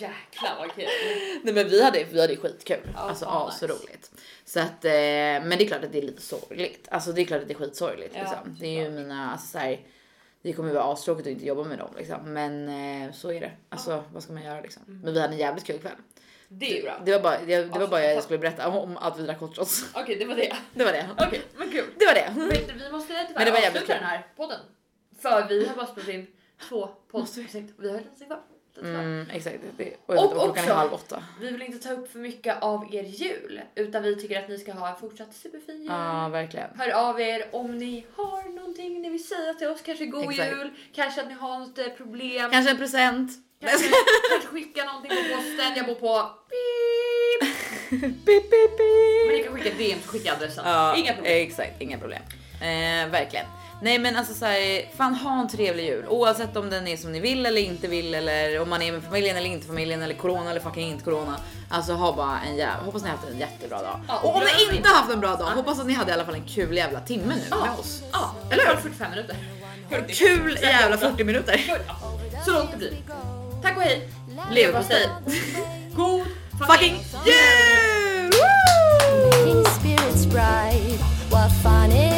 S2: Jäklar vad kul.
S1: nej, men vi hade vi hade skitkul
S2: Ja,
S1: alltså
S2: fan,
S1: ja,
S2: nice.
S1: så roligt så att eh, men det är klart att det är lite sorgligt. Alltså det är klart att det är skitsorgligt
S2: Ja,
S1: liksom. Det är ju mina alltså så här. Det kommer vara astråkigt att inte jobba med dem liksom, men eh, så är det. Alltså vad ska man göra liksom? Men vi hade en jävligt kul kväll.
S2: Mm. Det är ju bra.
S1: Det var bara, det, det var
S2: Alltså,
S1: bara jag
S2: fan.
S1: skulle berätta om att vi drack hot shots.
S2: Okej, det var det.
S1: Det var det.
S2: Okej, men kul.
S1: Det var det.
S2: Vet du, vi måste tyvärr
S1: Men det var jävligt
S2: avsluta
S1: kul.
S2: den här podden. För vi har bara spelat in två poddavsnitt och vi har lite kvar. Lite kvar.
S1: Mm, exakt. Det, och jag
S2: Och
S1: vet, och klockan är
S2: också-
S1: halv åtta.
S2: Vi vill inte ta upp för mycket av er jul utan vi tycker att ni ska ha en fortsatt superfin jul.
S1: Ja, verkligen.
S2: Hör av er om ni har någonting ni vill säga till oss. Kanske god
S1: Exakt.
S2: jul, kanske att ni har något eh, problem.
S1: Kanske en present.
S2: Kanske, kanske skicka någonting på posten. Jag bor på beep.
S1: Pip, pip, pip.
S2: Men ni kan skicka DM så skicka adressen.
S1: Ja,
S2: Inga problem.
S1: Exakt, inga problem. Eh, verkligen. Nej men alltså såhär, fan ha en trevlig jul. Oavsett om den är som ni vill eller inte vill eller om man är med familjen eller inte familjen eller corona eller fucking inte corona. Alltså ha bara en jävla, hoppas ni har haft en jättebra dag.
S2: Ja, och
S1: och om
S2: glöm
S1: ni inte
S2: inte-
S1: har haft en bra dag, hoppas att ni hade i alla fall en kul jävla timme nu med oss.
S2: Ja,
S1: Eller
S2: eller
S1: hur?
S2: 45 minuter.
S1: Kul jävla 40 minuter.
S2: Ja, Så långt det blir. Tack och hej!
S1: Leverpastej.
S2: God
S1: Fucking jul! Woo!
S6: Making spirits bright. What fun it Oh, Oh, Oh,